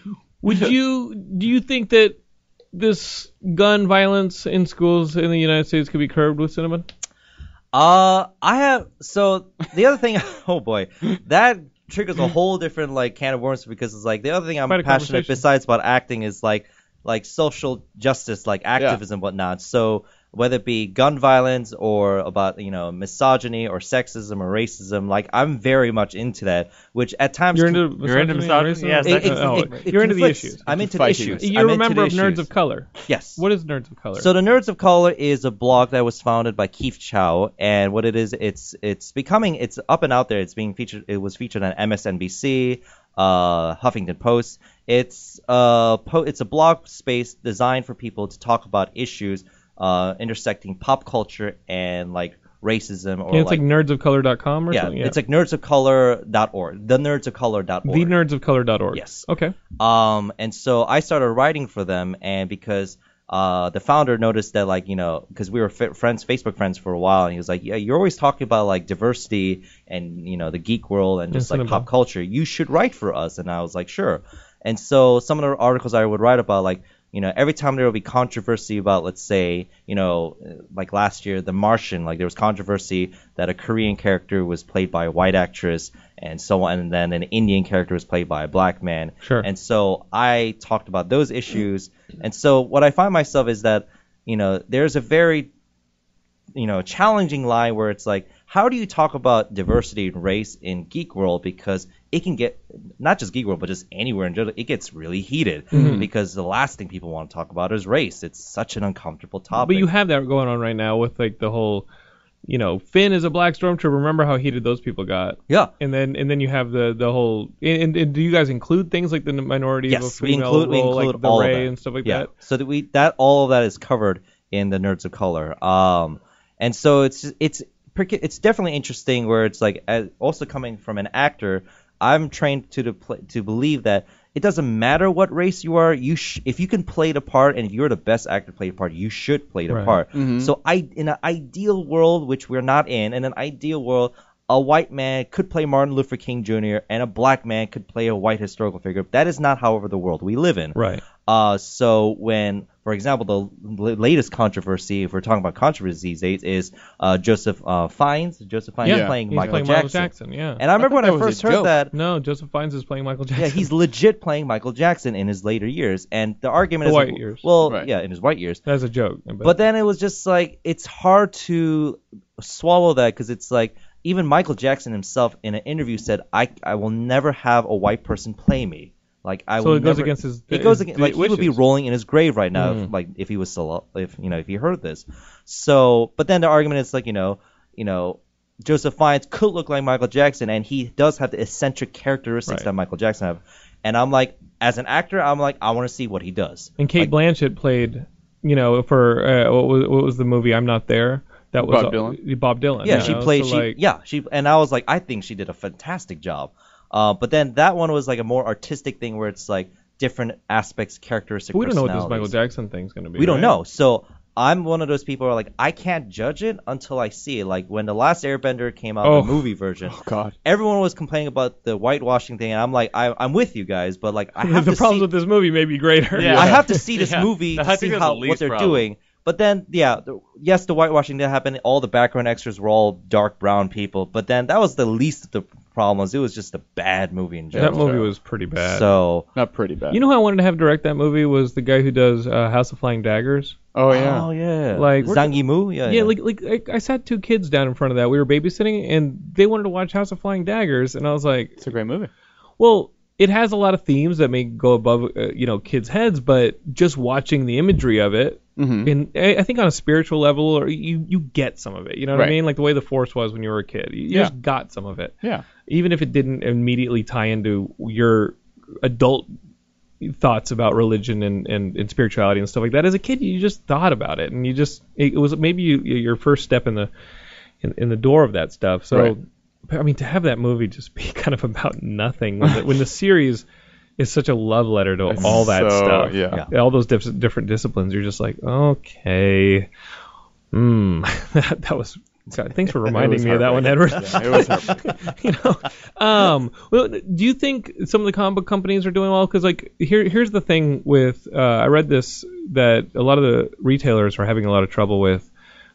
S2: Would you do you think that this gun violence in schools in the United States could be curbed with Cinnabon?
S5: Uh, I have so the other thing. *laughs*
S2: *laughs*
S5: Oh boy, that triggers a whole different like can of worms because it's like the other thing I'm
S2: Quite a
S5: passionate
S2: conversation.
S5: besides about acting is like like social justice, like activism, and whatnot. So whether it be gun violence or about you know misogyny or sexism or racism, like I'm very much into that. Which at times
S2: You're
S5: can-
S2: into
S4: You're into misogyny?
S2: racism?
S4: Yes,
S5: it-
S4: that's-
S5: it-
S2: Oh,
S5: it- it
S2: you're into the
S5: conflicts.
S2: issues.
S5: I'm into the
S3: fighting
S5: issues.
S2: You're
S5: I'm
S2: a
S5: into
S2: member
S5: the
S2: of Nerds
S5: issues.
S2: of Color.
S5: Yes.
S2: What is Nerds of Color?
S5: So the Nerds of Color is a blog that was founded by Keith Chow, and what it is, it's it's becoming it's up and out there. It's being featured. It was featured on MSNBC, uh, Huffington Post. It's a po- it's a blog space designed for people to talk about issues uh, intersecting pop culture and like racism or
S2: yeah, it's like, nerdsofcolor.com or
S5: yeah,
S2: something.
S5: it's like nerdsofcolor.org, the nerdsofcolor.org.
S2: the nerdsofcolor.org.
S5: Yes.
S2: Okay.
S5: Um, and so I started writing for them, and because uh, the founder noticed that, like, you know, because we were f- friends, Facebook friends for a while, and he was like, "Yeah, you're always talking about like diversity and you know the geek world and just
S2: And
S5: like
S2: cinema.
S5: pop culture. You should write for us." And I was like, "Sure." And so some of the articles I would write about, like, you know, every time there would be controversy about, let's say, you know, uh, like last year, The Martian, like there was controversy that a Korean character was played by a white actress and so on, and then an Indian character was played by a black man.
S2: Sure.
S5: And so I talked about those issues. And so what I find myself is that, you know, there's a very you know challenging line where it's like how do you talk about diversity and race in geek world because it can get not just geek world but just anywhere in general it gets really heated
S2: Mm-hmm.
S5: because the last thing people want to talk about is race it's such an uncomfortable topic
S2: But you have that going on right now with like the whole, you know, Finn is a black stormtrooper. Remember how heated those people got?
S5: yeah
S2: And then and then you have the the whole. And, and, and do you guys include things like the minority of a
S5: yes we
S2: female
S5: include we
S2: role,
S5: include
S2: like the
S5: all
S2: Ray
S5: of that.
S2: and stuff like
S5: yeah.
S2: that?
S5: so that we that all of that is covered in the nerds of color um and so it's it's perc- it's definitely interesting where it's like as, also coming from an actor i'm trained to the pl- to believe that it doesn't matter what race you are you sh- if you can play the part and if you're the best actor to play the part you should play the
S2: Right.
S5: part so i in an ideal world which we're not in in an ideal world a white man could play Martin Luther King Jr. and a black man could play a white historical figure. That is not, however, the world we live in.
S2: Right.
S5: Uh, so when, for example, the l- latest controversy, if we're talking about controversies these days, is uh, Joseph uh, Fiennes. Joseph Fiennes
S2: yeah.
S5: playing,
S2: He's
S5: Michael,
S2: playing
S5: Jackson.
S2: Michael Jackson. Yeah.
S5: And I remember when
S3: that
S5: I
S3: was a
S5: first heard
S3: joke.
S5: that.
S2: no, Joseph Fiennes is playing Michael Jackson.
S5: Yeah, he's legit playing Michael Jackson in his later years, and the argument
S2: The
S5: is
S2: white years.
S5: well,
S3: Right.
S5: yeah, in his white years.
S2: *laughs* That's a joke.
S5: But then it was just like it's hard to swallow that because it's like even Michael Jackson himself in an interview said, "I I will never have a white person play me." Like I
S2: So
S5: will
S2: it goes
S5: never-
S2: against his- uh,
S5: It goes
S2: his
S5: against like he would be
S2: wishes. Mm-hmm.
S5: rolling in his grave right now, if, like if he was still al- if you know if he heard this. So, but then the argument is like you know you know. Joseph Fiennes could look like Michael Jackson, and he does have the eccentric characteristics
S2: Right.
S5: that Michael Jackson have. And I'm like, as an actor, I'm like, I want to see what he does.
S2: And Kate Blanchett played, you know, for uh, what was what was the movie? I'm not there. That was
S3: Bob Dylan?
S2: uh, Bob Dylan.
S5: Yeah,
S2: you
S5: she
S2: know?
S5: played.
S2: So,
S5: she
S2: like,
S5: yeah, she and I was like, I think she did a fantastic job. Uh, but then that one was like a more artistic thing where it's like different aspects, characteristics.
S2: But we don't know what this Michael Jackson thing's gonna be.
S5: We don't
S2: right?
S5: know. So I'm one of those people who are like, I can't judge it until I see it. Like when the last Airbender came out,
S2: Oh.
S5: the movie version. Oh
S3: God.
S5: Everyone was complaining about the whitewashing thing, and I'm like, I, I'm with you guys, but like
S2: *laughs*
S5: I have
S2: the
S5: to
S2: problems
S5: see,
S2: with this movie may be greater.
S4: Yeah.
S5: I have to see
S4: *laughs*
S5: this
S4: Yeah.
S5: movie
S4: I
S5: to
S4: think
S5: see
S4: that's
S5: how
S4: the
S5: what
S4: least
S5: they're
S4: problem.
S5: doing. But then, yeah, the, yes, the whitewashing did happen. All the background extras were all dark brown people. But then that was the least of the problems. It was just a bad movie in general.
S2: That movie was pretty bad.
S5: So,
S3: Not pretty bad.
S2: you know who I wanted to have direct that movie was the guy who does uh, House of Flying Daggers.
S3: oh yeah.
S5: oh yeah,
S2: Like, we're-
S5: Zhang Yimou, yeah,
S2: Yeah, like like like, I sat two kids down in front of that. We were babysitting, and they wanted to watch House of Flying Daggers, and I was like,
S3: It's a great movie.
S2: well, it has a lot of themes that may go above uh, you know kids' heads, but just watching the imagery of it,
S3: Mm-hmm.
S2: and I, I think on a spiritual level, or you you get some of it. You know what I
S3: Right.
S2: mean? Like the way the Force was when you were a kid, you you
S3: Yeah.
S2: just got some of it.
S3: Yeah.
S2: Even if it didn't immediately tie into your adult thoughts about religion and, and, and spirituality and stuff like that. As a kid, you just thought about it, and you just it, was maybe you, your first step in the in, in the door of that stuff. So,
S3: Right.
S2: but, I mean, to have that movie just be *laughs* kind of about nothing when the, when the series is such a love letter to all that
S3: so-
S2: stuff,
S3: yeah.
S2: all those diff- different disciplines, you're just like, okay, hmm, *laughs* that, that was. God,
S3: *laughs*
S2: thanks for reminding
S3: was
S2: me of that one, Edward.
S3: heartbreaking. Yeah, it
S2: *laughs*
S3: was heartbreaking.
S2: you know. Um, well, do you think some of the comic book companies are doing well? Because like here, here's the thing with uh, I read this that a lot of the retailers are having a lot of trouble with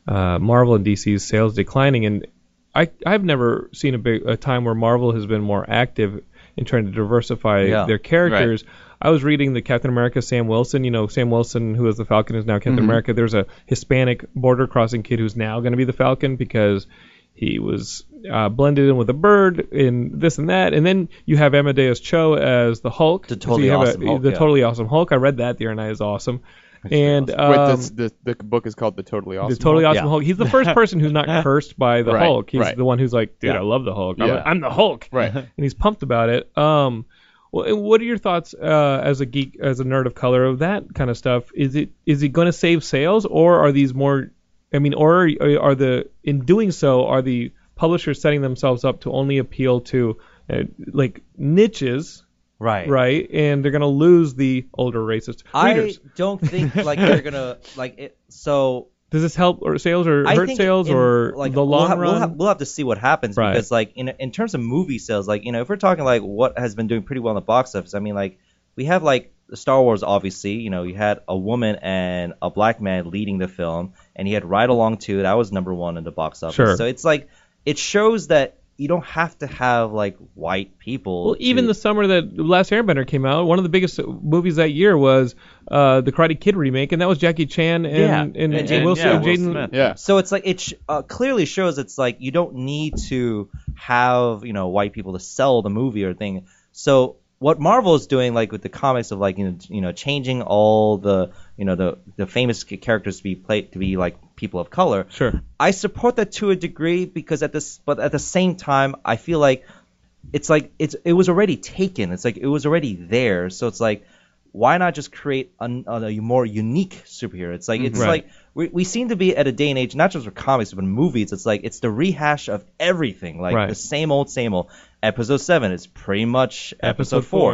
S2: uh, Marvel and DC's sales declining, and I I've never seen a big a time where Marvel has been more active in trying to diversify
S5: Yeah.
S2: their characters. I was reading the Captain America Sam Wilson. You know, Sam Wilson, who was the Falcon, is now Captain
S5: Mm-hmm.
S2: America. There's a Hispanic border crossing kid who's now going to be the Falcon because he was uh, blended in with a bird and this and that. And then you have Amadeus Cho as the Hulk.
S5: The totally
S2: you have
S5: awesome Hulk,
S2: The
S5: yeah.
S2: totally awesome Hulk. I read that the other night. Is awesome. and
S3: Wait,
S2: um,
S3: this, the the book is called The Totally Awesome.
S2: the totally
S3: Hulk?
S2: awesome Hulk. He's
S5: *laughs*
S2: the first person who's not cursed by the
S3: Right,
S2: Hulk. He's
S3: right.
S2: the one who's like, dude, I love the Hulk. I'm,
S3: Yeah.
S2: I'm the Hulk.
S3: Right.
S2: *laughs* And he's pumped about it. Um, well, and what are your thoughts uh, as a geek, as a nerd of color, of that kind of stuff? Is it is it going to save sales, or are these more? I mean, or are, are the in doing so are the publishers setting themselves up to only appeal to uh, like niches,
S5: right,
S2: right? And they're going to lose the older racist readers.
S5: I don't
S2: *laughs*
S5: think like they're gonna like it. So
S2: Does this help or sales or
S5: I
S2: hurt
S5: think
S2: sales
S5: in,
S2: or
S5: like,
S2: the long
S5: we'll have,
S2: run?
S5: We'll have, we'll have to see what happens
S2: Right.
S5: because like in in terms of movie sales, like you know if we're talking like what has been doing pretty well in the box office, I mean like we have like Star Wars obviously, you know you had a woman and a black man leading the film, and you had Ride Along too. That was number one in the box office.
S2: Sure.
S5: So it's like it shows that. You don't have to have like white people.
S2: Well, even
S5: to-
S2: the summer that The Last Airbender came out, one of the biggest movies that year was uh, the Karate Kid remake, and that was Jackie Chan and
S5: Yeah.
S2: and, and,
S5: And-
S4: and,
S2: Wilson
S4: yeah,
S2: and
S4: Will
S2: Jaden.
S4: Smith.
S3: Yeah.
S5: So it's like it sh- uh, clearly shows it's like you don't need to have you know white people to sell the movie or thing. So what Marvel is doing like with the comics of like you know, you know changing all the you know the the famous ca- characters to be played to be like people of color.
S2: Sure.
S5: I support that to a degree because at this but at the same time I feel like it's like it's it was already taken. It's like it was already there. So it's like why not just create an, a more unique superhero? It's like it's
S2: Right.
S5: like we, we seem to be at a day and age not just with comics but in movies. It's like it's the rehash of everything, like
S2: Right.
S5: the same old, same old. Episode seven is pretty much episode,
S2: Episode
S5: 4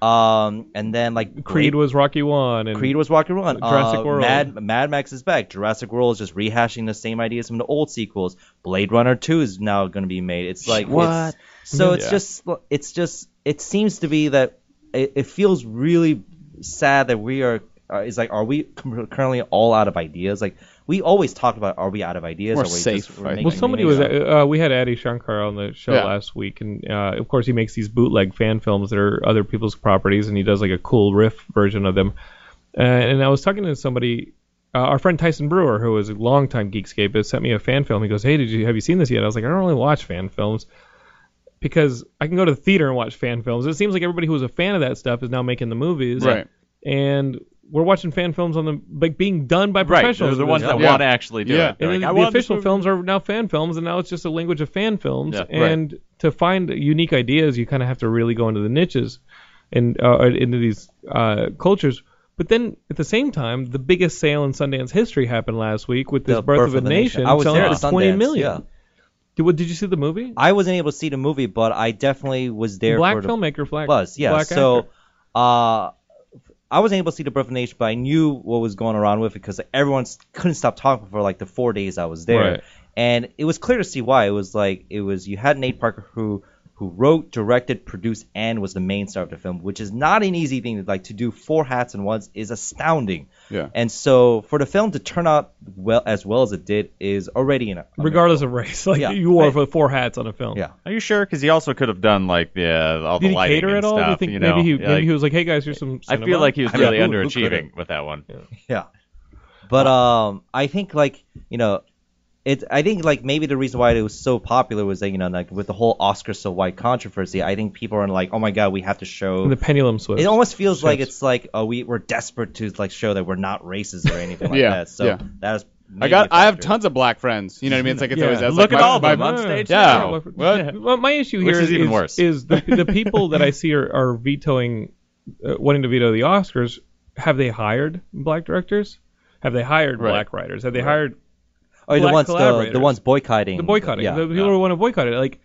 S2: four.
S5: Um, and then like
S2: Creed
S5: Blade-
S2: was Rocky One. And
S5: Creed was walking around.
S2: Jurassic
S5: Uh,
S2: World.
S5: Mad, Mad Max is back. Jurassic World is just rehashing the same ideas from the old sequels. Blade Runner 2 is now going to be made. It's like It's, so it's
S3: Yeah.
S5: just it's just it seems to be that it, it feels really sad that we are uh, is like are we com- currently all out of ideas? Like we always talk about are we out of ideas?
S3: We're
S5: are we
S3: safe,
S5: Just,
S3: I
S5: making-
S2: Well, somebody was.
S5: making-
S2: Uh, we had Adi Shankar on the show
S3: Yeah.
S2: last week, and uh, of course he makes these bootleg fan films that are other people's properties, and he does like a cool riff version of them. Uh, and I was talking to somebody, uh, our friend Tyson Brewer, who is a longtime Geekscape, sent me a fan film. He goes, "Hey, did you have you seen this yet?" I was like, "I don't really watch fan films." Because I can go to the theater and watch fan films. It seems like everybody who was a fan of that stuff is now making the movies,
S3: Right.
S2: And we're watching fan films on the like being done by
S4: Right.
S2: professionals.
S4: They're the
S2: at this
S4: ones that
S2: point.
S3: Yeah.
S4: want to actually do
S3: Yeah.
S4: it. They're
S2: And
S4: like,
S2: then
S4: I
S2: the
S4: want this
S2: official
S4: movie.
S2: films are now fan films, and now it's just a language of fan films.
S4: Yeah, right.
S2: and to find unique ideas, you kind of have to really go into the niches and uh, or into these uh, cultures. But then at the same time, the biggest sale in Sundance history happened last week with this
S5: The
S2: Birth, of a Nation,
S5: I was
S2: selling
S5: there
S2: for
S5: at
S2: twenty
S5: Sundance,
S2: million.
S5: yeah.
S2: Did, what, did you see the movie?
S5: I wasn't able to see the movie, but I definitely was there.
S2: black
S5: for the,
S2: filmmaker, black
S5: was yeah.
S2: black
S5: so,
S2: actor.
S5: uh, I wasn't able to see the Birth of a Nation, but I knew what was going around with it because everyone s- couldn't stop talking for like the four days I was there,
S2: Right.
S5: and it was clear to see why. It was like it was you had Nate Parker who who wrote, directed, produced, and was the main star of the film, which is not an easy thing to like to do four hats in once is astounding.
S3: Yeah.
S5: And so for the film to turn out well as well as it did is already an
S2: regardless of race, like
S5: Yeah.
S2: you wore for four hats on a film.
S5: Yeah.
S4: Are you sure? Because he also could have done like the uh, all
S2: Did
S4: the
S2: he
S4: lighting
S2: cater
S4: and
S2: at all?
S4: stuff.
S2: Do you think
S4: you know?
S2: maybe he
S4: Yeah,
S2: maybe
S4: like,
S2: he was like, hey guys, here's some.
S4: I feel
S2: cinema."
S4: like he was
S2: I mean,
S4: really
S2: who- who could've?
S4: underachieving with that one.
S5: Yeah. But um, I think like you know, it. I think like maybe the reason why it was so popular was that you know like with the whole Oscar so white controversy. I think people are like, oh my god, we have to show.
S2: And the pendulum switch.
S5: it almost feels like
S2: shifts.
S5: it's like oh we we're desperate to like show that we're not racist or anything like
S3: Yeah,
S5: that. So
S3: yeah.
S5: that is.
S3: I got. I have tons of black friends. You know what I mean? It's like it's
S2: Yeah.
S3: always that's
S4: Look
S3: like
S4: at
S3: my-
S4: all of
S3: my-
S4: them on stage
S3: Yeah.
S4: now.
S3: What?
S2: *laughs* Well, my issue
S4: Which
S2: here
S4: is even worse.
S2: is the,
S3: *laughs*
S2: the people that I see are, are vetoing, uh, wanting to veto the Oscars. Have they hired black directors? Have they hired
S3: Right.
S2: black writers? Have they hired
S5: Or Oh, the
S2: black
S5: ones the, the
S2: collaborators.
S5: ones boycotting.
S2: the boycotting?
S5: Yeah.
S2: the people who want to boycott it. Like,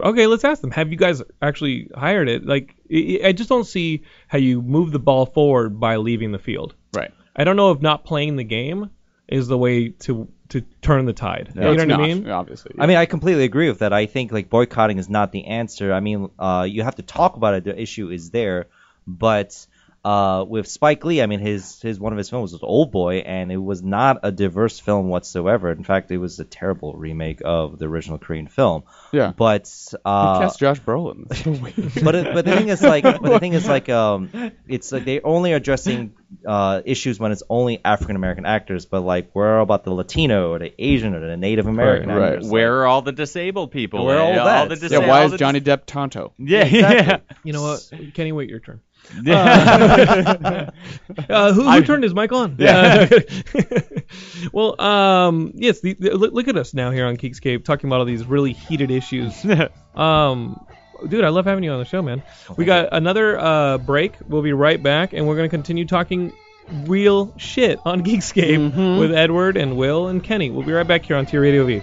S2: okay, let's ask them. Have you guys actually hired it? Like, I I just don't see how you move the ball forward by leaving the field.
S3: Right.
S2: I don't know if not playing the game is the way to to turn the tide. you know
S3: It's
S2: what I
S3: not,
S2: mean?
S3: Obviously.
S5: I mean, I completely agree with that. I think like boycotting is not the answer. I mean, uh, you have to talk about it. The issue is there, but uh, with Spike Lee, I mean, his his one of his films was Old Boy, and it was not a diverse film whatsoever. In fact, it was a terrible remake of the original Korean film.
S3: Yeah.
S5: But
S3: Who
S5: uh,
S3: cast Josh Brolin. That's so weird.
S5: but it, but the thing is like but the thing is like um it's like they only are addressing uh, issues when it's only African American actors, but like where about the Latino or the Asian or the Native American
S3: right.
S5: actors? Like,
S4: Where are all the disabled people?
S5: Where are all that?
S4: the
S3: yeah.
S4: disabled,
S3: Why
S4: all
S3: is
S4: the dis-
S3: Johnny Depp Tonto?
S4: Yeah,
S2: You know what? Kenny, wait your turn.
S4: yeah. yeah.
S2: Uh, *laughs* who, who turned his mic on? Yeah. *laughs* well, um, yes. The, the, look, look at us now here on Geekscape talking about all these really heated issues. um, dude, I love having you on the show, man. We got another uh, break. We'll be right back, and we're gonna continue talking real shit on Geekscape with Edward and Will and Kenny. We'll be right back here on T Radio V.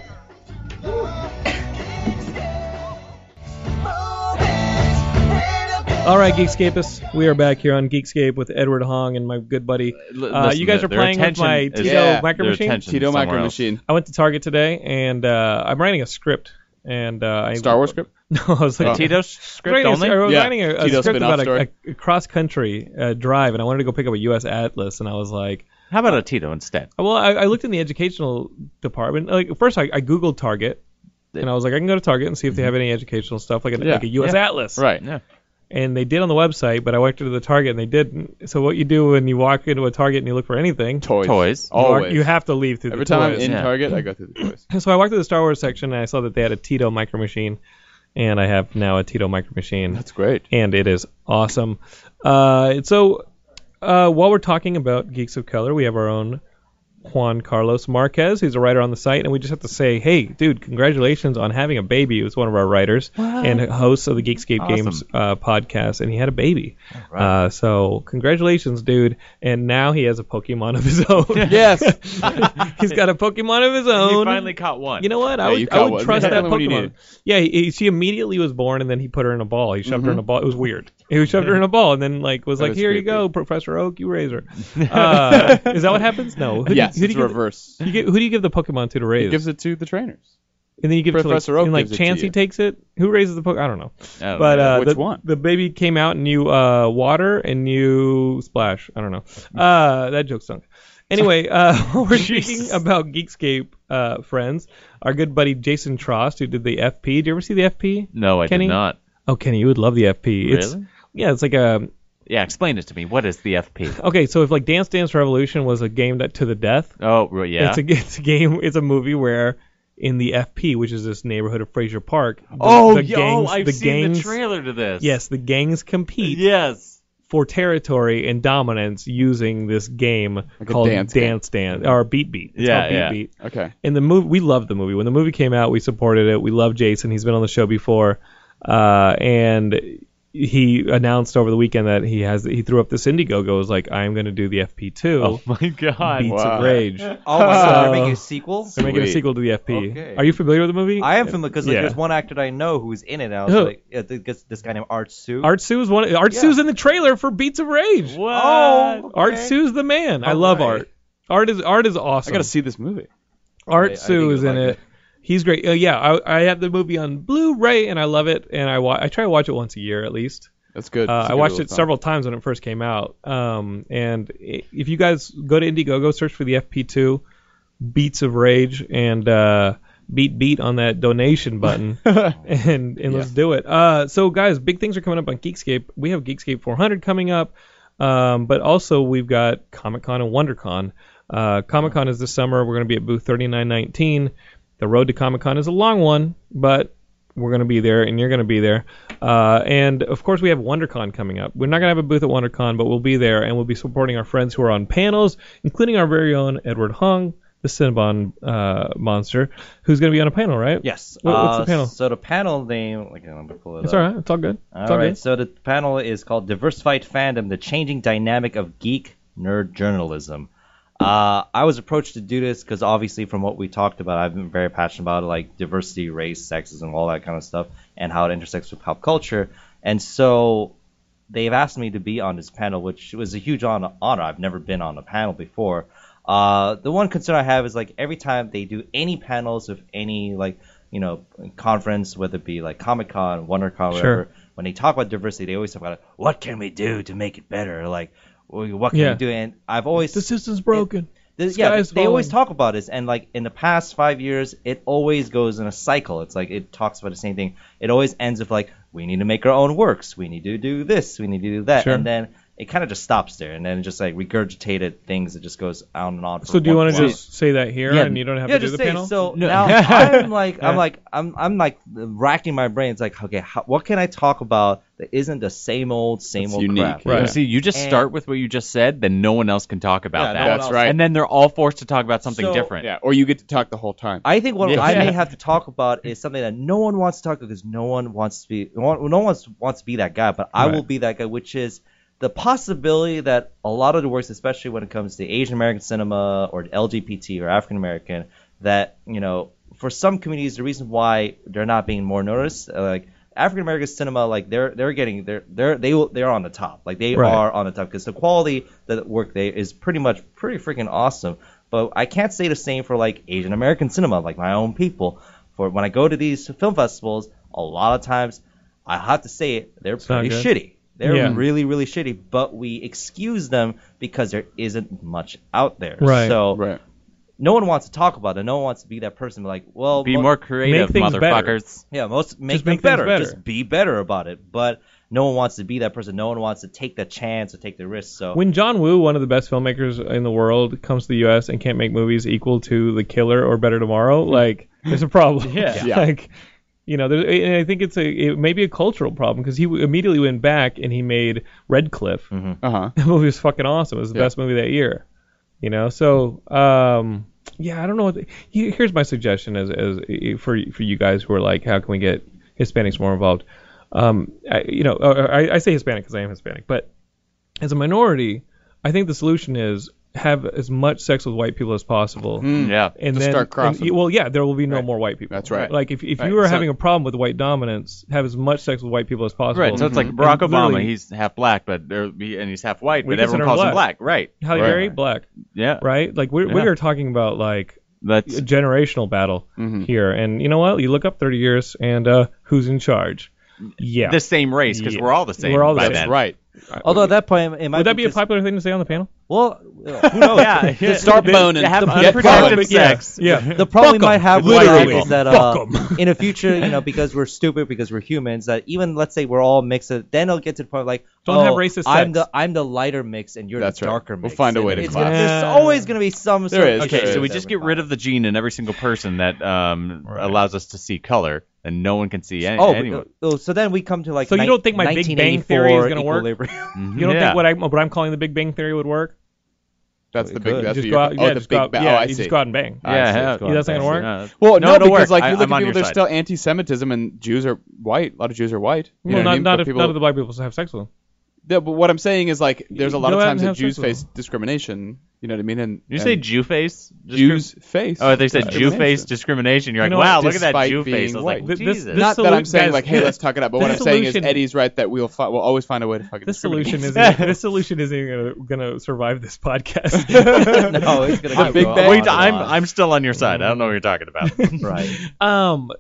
S2: All right, Geekscapists, we are back here on Geekscape with Edward Hong and my good buddy.
S4: L-
S2: Uh,
S4: listen,
S2: you guys
S4: their-
S2: are playing
S4: their
S2: with my
S4: attention
S2: Tito
S4: is-
S3: Yeah,
S2: micro
S4: their
S2: machine.
S4: attention
S3: Tito
S4: is somewhere
S3: Micro
S4: else.
S3: Machine.
S2: I went to Target today, and uh, I'm writing a script. And uh, I, *laughs*
S3: Star Wars script. Oh.
S2: No, I was like,
S4: Tito's script
S2: writing a- I
S4: only.
S2: was
S3: Yeah,
S2: writing a, a
S3: Tito
S2: script
S3: spin-off
S2: about a,
S3: story.
S2: a cross country uh, drive, and I wanted to go pick up a U.S. atlas, and I was like,
S4: How about a Tito instead?
S2: well, I, I looked in the educational department. Like first, I, I googled Target, and I was like, I can go to Target and see if they have any educational stuff, like, an,
S3: Yeah.
S2: like a U.S. atlas,
S3: Right.
S4: Mm-hmm. Yeah.
S2: and they did on the website, but I walked into the Target and they didn't. So what you do when you walk into a Target and you look for anything,
S3: Toys.
S4: Toys.
S2: you, walk-
S3: Always.
S2: you have to leave through
S3: Every
S2: the
S3: time
S2: toys.
S3: I'm in
S4: Yeah.
S3: Target, I go through the
S2: *laughs*
S3: toys.
S2: So I walked to the Star Wars section and I saw that they had a Tito micro machine, and I have now a Tito micro machine,
S3: That's great.
S2: and it is awesome. Uh, and so uh, while we're talking about geeks of color, we have our own Juan Carlos Marquez, who's a writer on the site, and we just have to say, hey, dude, congratulations on having a baby. He was one of our writers and hosts of the Geekscape Games uh, podcast, and he had a baby. Uh, so congratulations, dude. And now he has a Pokemon of his *laughs* own.
S3: Yes.
S2: He's got a Pokemon of his
S4: He
S2: own.
S4: finally caught one.
S2: You know what? I
S3: Yeah,
S2: would,
S3: you
S2: I
S3: caught
S2: would
S3: one. *laughs*
S2: trust
S3: Yeah.
S2: that
S3: When you
S2: Pokemon.
S3: need
S2: Yeah, he, he- she immediately was born, and then he put her in a ball. He shoved her in a ball. It was weird. He shoved her in a ball, and then like was like,
S3: was
S2: "Here you
S3: Mm-hmm. creepy.
S2: go, Professor Oak, you raise
S3: *laughs*
S2: her." Uh, is that what happens? No. Who do you-
S3: yes.
S2: Who do
S3: It's
S2: you, give,
S3: reverse.
S2: you give- who do you give the Pokemon to to raise?
S3: He gives it to the trainers.
S2: and then you give it to like,
S3: Professor Oak
S2: and, like
S3: gives it to
S2: Chansey
S3: you.
S2: takes it. Who raises the Pokemon? I don't know.
S4: Oh,
S2: But
S4: yeah.
S2: uh,
S3: Which
S2: the,
S3: one?
S2: the baby came out and you uh, water and you splash. I don't
S4: Mm.
S2: know. Uh, that joke stunk. Anyway,
S4: *laughs*
S2: uh, *laughs* while we're speaking about Geekscape uh, friends. Our good buddy Jason Trost, who did the FP. Did you ever see the FP?
S4: no, I
S2: Kenny?
S4: did not.
S2: Oh, Kenny, you would love the FP. It's,
S4: Really?
S2: yeah, it's like a
S4: Yeah, explain it to me. What is the FP?
S2: okay. So if like Dance Dance Revolution was a game that to the death,
S4: Oh, well, yeah.
S2: it's a *laughs* it's a game. It's a movie where in the FP, which is this neighborhood of Fraser Park, the,
S4: oh,
S2: the
S4: yeah,
S2: gangs,
S4: oh, I've
S2: the
S4: seen
S2: gangs,
S4: the trailer to this.
S2: Yes, the gangs compete
S4: Yes.
S2: for territory and dominance using this game
S3: a
S2: called
S3: dance game.
S2: Dance Dance or Beat Beat. It's
S4: Yeah,
S2: called Beat
S4: yeah.
S2: Beat.
S3: Okay.
S2: And the movie, we loved the movie. When the movie came out, we supported it. We love Jason. He's been on the show before, uh, and he announced over the weekend that he has he threw up this Indiegogo. Was like, I'm going to do the FP2
S4: Oh my god.
S2: Beats
S3: wow.
S2: of Rage.
S5: Oh my god,
S2: So-
S5: they're making a sequel.
S2: They're making a
S3: Sweet.
S2: sequel to the FP.
S5: Okay.
S2: Are you familiar with the movie?
S5: I am familiar because like,
S2: Yeah.
S5: there's one actor that I know who's in it. I was
S2: Who?
S5: like, yeah, th- this, this guy named Art Sue.
S2: Art Sue's one. Art
S5: Yeah.
S2: Sue's in the trailer for Beats of Rage.
S4: What?
S5: Oh, okay.
S2: Art Sue's the man. I
S5: All
S2: love
S5: right.
S2: Art. Art is art is awesome.
S3: I gotta see this movie.
S2: Art
S5: I- I
S2: Sue
S5: think
S2: is
S5: you'll
S2: in
S5: like
S2: it. He's great. Uh, yeah, I, I have the movie on Blu-ray and I love it. And I wa- I try to watch it once a year at least.
S3: That's good.
S2: Uh,
S3: That's a
S2: I
S3: good
S2: watched
S3: rule
S2: it
S3: of thumb.
S2: several times when it first came out. Um, and i- if you guys go to Indiegogo, search for the FP2 Beats of Rage and uh, beat beat on that donation
S3: *laughs*
S2: button, and and let's do it. Uh, so guys, big things are coming up on Geekscape. We have Geekscape 400 coming up, um, but also we've got Comic Con and WonderCon. Uh, Comic Con is this summer. We're going to be at booth 3919. The road to Comic Con is a long one, but we're going to be there and you're going to be there. Uh, and of course, we have WonderCon coming up. We're not going to have a booth at WonderCon, but we'll be there and we'll be supporting our friends who are on panels, including our very own Edward Hung, the Cinnabon uh, monster, who's going to be on a panel, right?
S5: Yes.
S2: What- what's
S5: uh,
S2: the panel?
S5: So the panel name. Like, I'm gonna pull it
S2: It's
S5: up.
S2: all right. It's all good. It's all,
S5: All right,
S2: good.
S5: so the panel is called Diversified Fandom The Changing Dynamic of Geek Nerd Journalism. Uh, I was approached to do this because, obviously, from what we talked about, I've been very passionate about like diversity, race, sexism, all that kind of stuff, and how it intersects with pop culture. And so they've asked me to be on this panel, which was a huge hon- honor. I've never been on a panel before. Uh, the one concern I have is like every time they do any panels of any like you know conference, whether it be like Comic Con, WonderCon, whatever, when they talk about diversity, they always talk about what can we do to make it better, like what can
S2: Yeah.
S5: we do? And I've always
S2: The system's broken.
S5: this,
S2: Sky
S5: yeah,
S2: is
S5: they always
S2: falling.
S5: talk about this, and like in the past five years, it always goes in a cycle. It's like it talks about the same thing. It always ends with like we need to make our own works, we need to do this, we need to do that,
S2: Sure.
S5: and then it kind of just stops there, and then it just like regurgitated things. It just goes on and on. for
S2: So do you
S5: one
S2: want to
S5: while.
S2: just say that here
S5: Yeah,
S2: and you don't have
S5: yeah,
S2: to do
S5: just
S2: the
S5: say,
S2: panel?
S5: So
S3: *laughs*
S5: now I'm like, I'm like, I'm, I'm like racking my brain. It's like, okay, how, what can I talk about that isn't the same old, same
S3: That's
S5: old
S3: unique.
S5: crap?
S2: Right.
S4: You See, you just
S5: And-
S4: start with what you just said, then no one else can talk about
S5: Yeah, no
S4: that.
S5: one
S3: That's else. right.
S4: And then they're all forced to talk about something
S5: So-
S4: different.
S3: Yeah, or you get to talk the whole time.
S5: I think what
S4: Yeah.
S5: I may have to talk about is something that no one wants to talk about because no one wants to be no one no one wants, wants to be that guy, but I will be that guy, which is the possibility that a lot of the works, especially when it comes to Asian American cinema or LGBT or African American, that you know for some communities the reason why they're not being more noticed, uh, like African American cinema, like they're they're getting they're they're they will, they're on the top, like they
S2: Right.
S5: are are on the top because the quality that work there is pretty much pretty freaking awesome. But I can't say the same for like Asian American cinema, like my own people. For when I go to these film festivals, a lot of times I have to say it, they're
S2: not
S5: pretty
S2: good.
S5: shitty. They're
S2: Yeah.
S5: really really shitty, but we excuse them because there isn't much out there.
S2: Right.
S5: So
S3: right.
S5: no one wants to talk about it. No one wants to be that person. Like, well,
S4: Be
S5: well-
S4: more creative,
S2: things better.
S4: motherfuckers.
S5: yeah, most make
S2: Just
S5: them
S2: make things
S5: better.
S2: better.
S5: Just be better about it. But no one wants to be that person. No one wants to take that chance or take the risk. So
S2: When John Woo, one of the best filmmakers in the world, comes to the U.S. and can't make movies equal to The Killer or Better Tomorrow, like there's a problem. yeah.
S3: Yeah.
S2: *laughs* Like, you know, there, and I think it's a it may be a cultural problem because he w- immediately went back and he made Red Cliff.
S3: Uh huh.
S2: *laughs* The movie was fucking awesome. It was the best movie that year. You know, so um, yeah, I don't know. What the, he- here's my suggestion as as for for you guys who are like, how can we get Hispanics more involved? Um, I, you know, uh, I, I say Hispanic because I am Hispanic, but as a minority, I think the solution is have as much sex with white people as possible.
S4: Yeah.
S2: Hmm. And
S3: Just
S2: then,
S3: Hmm. start crossing
S2: and you- well, yeah, there will be no more white people.
S3: That's right.
S2: Like if, if
S3: Right,
S2: you were
S3: so-
S2: having a problem with white dominance, have as much sex with white people as possible.
S4: Right, so it's like
S3: Mm-hmm.
S4: Barack
S2: Mhm. And
S4: Obama.
S2: literally-
S4: He's half black, but there, he- and he's half white,
S2: We
S4: but everyone
S2: consider him
S4: calls him
S2: black.
S4: black. Right.
S2: Halle
S3: Right.
S2: Berry, black,
S4: Yeah.
S2: right? Like we're, we
S4: Yeah.
S2: are talking about like
S4: That's
S2: a generational battle here, and you know what? You look up 30 years, and uh, who's in charge? Yeah.
S4: the same race because
S2: Yeah.
S4: we're all the same.
S2: We're all the
S4: by
S2: same.
S4: then.
S3: That's right.
S5: Although at that point, it might
S2: Would that be a
S5: just-
S2: popular thing to say on the panel?
S5: Well, who
S4: *laughs*
S5: knows? *laughs*
S4: Yeah.
S2: *laughs*
S4: yeah.
S3: Start boning.
S4: Have *laughs*
S3: Get
S4: unprotected
S3: going.
S4: sex.
S2: Yeah.
S5: The problem we
S2: Fuck 'em.
S5: might have with
S2: Literally.
S5: that is that uh, in the future, you know, because we're stupid, because we're humans, that even let's say we're all mixed, uh, then it'll get to the point like,
S2: Don't
S5: oh,
S2: have racist
S5: I'm
S2: sex.
S5: the I'm the lighter mix and you're
S3: That's
S5: the
S3: right.
S5: darker
S3: We'll
S5: mix.
S3: find a
S5: And
S3: way to
S5: it's
S3: clash.
S5: gonna- There's
S2: Yeah.
S5: always going to be some. sort
S3: is,
S5: of
S3: there
S4: Okay,
S3: is.
S4: so we just get rid of the gene in every single person that um, allows us to see color, and no one can see any-
S5: Oh,
S4: anyone.
S5: oh, so then we come to like.
S2: So you
S5: nine-
S2: don't think my Big Bang Theory is gonna work?
S3: *laughs*
S5: 1984 *laughs* equilibrium.
S2: You don't
S4: Yeah.
S2: think what, I, what I'm calling the Big Bang Theory would work?
S3: That's the
S5: Well, you
S3: big.
S5: could.
S3: That's
S2: just
S3: the,
S2: go out, yeah,
S3: oh, the
S2: just
S3: big.
S2: go out,
S3: ba-
S2: yeah,
S3: oh, I
S2: you
S3: see.
S2: just go out and bang.
S5: I see,
S4: yeah,
S5: it's
S4: yeah.
S2: that's not gonna work.
S3: Well,
S4: No,
S3: no,
S4: it'll
S3: because
S4: work.
S3: like
S4: I-
S3: you look
S4: I'm
S3: at
S4: on
S3: people,
S4: your
S3: there's
S4: side.
S3: still anti-Semitism, and Jews are white. A lot of Jews are white. You know
S2: well,
S3: what I
S2: not
S3: mean?
S2: not
S3: But
S2: if
S3: people,
S2: none of the black people have sex with them.
S3: Yeah, but what I'm saying is like there's a lot
S2: Go
S3: of
S2: out
S3: times
S2: and
S3: that
S2: have
S3: Jews
S2: sex with
S3: face discrimination. You know what I mean? And
S4: You
S3: and
S4: say Jew face?
S3: Jews face.
S4: Oh, they said Jew face
S3: discrimination.
S4: discrimination. You're
S2: You
S4: like,
S2: know,
S4: wow, look at that
S3: despite
S4: Jew face.
S3: being
S4: I was
S3: white.
S4: like,
S2: Th- this-
S4: Jesus.
S2: this-
S3: Not that I'm
S2: solu-
S3: saying
S2: guys,
S3: like, hey, let's talk it out. But
S2: the
S3: what I'm saying is
S2: solution-
S3: Eddie's right that we'll fi- we'll always find a way to fucking.
S2: This
S3: discriminate.
S2: solution
S3: *laughs*
S2: isn't this solution isn't gonna, gonna survive this podcast.
S5: no, it's *laughs* gonna go
S3: Big
S5: on
S3: Bang-
S5: and
S4: Wait, I'm
S5: on.
S4: I'm still on your side. I don't know what you're talking *laughs* about.
S5: right.
S2: um,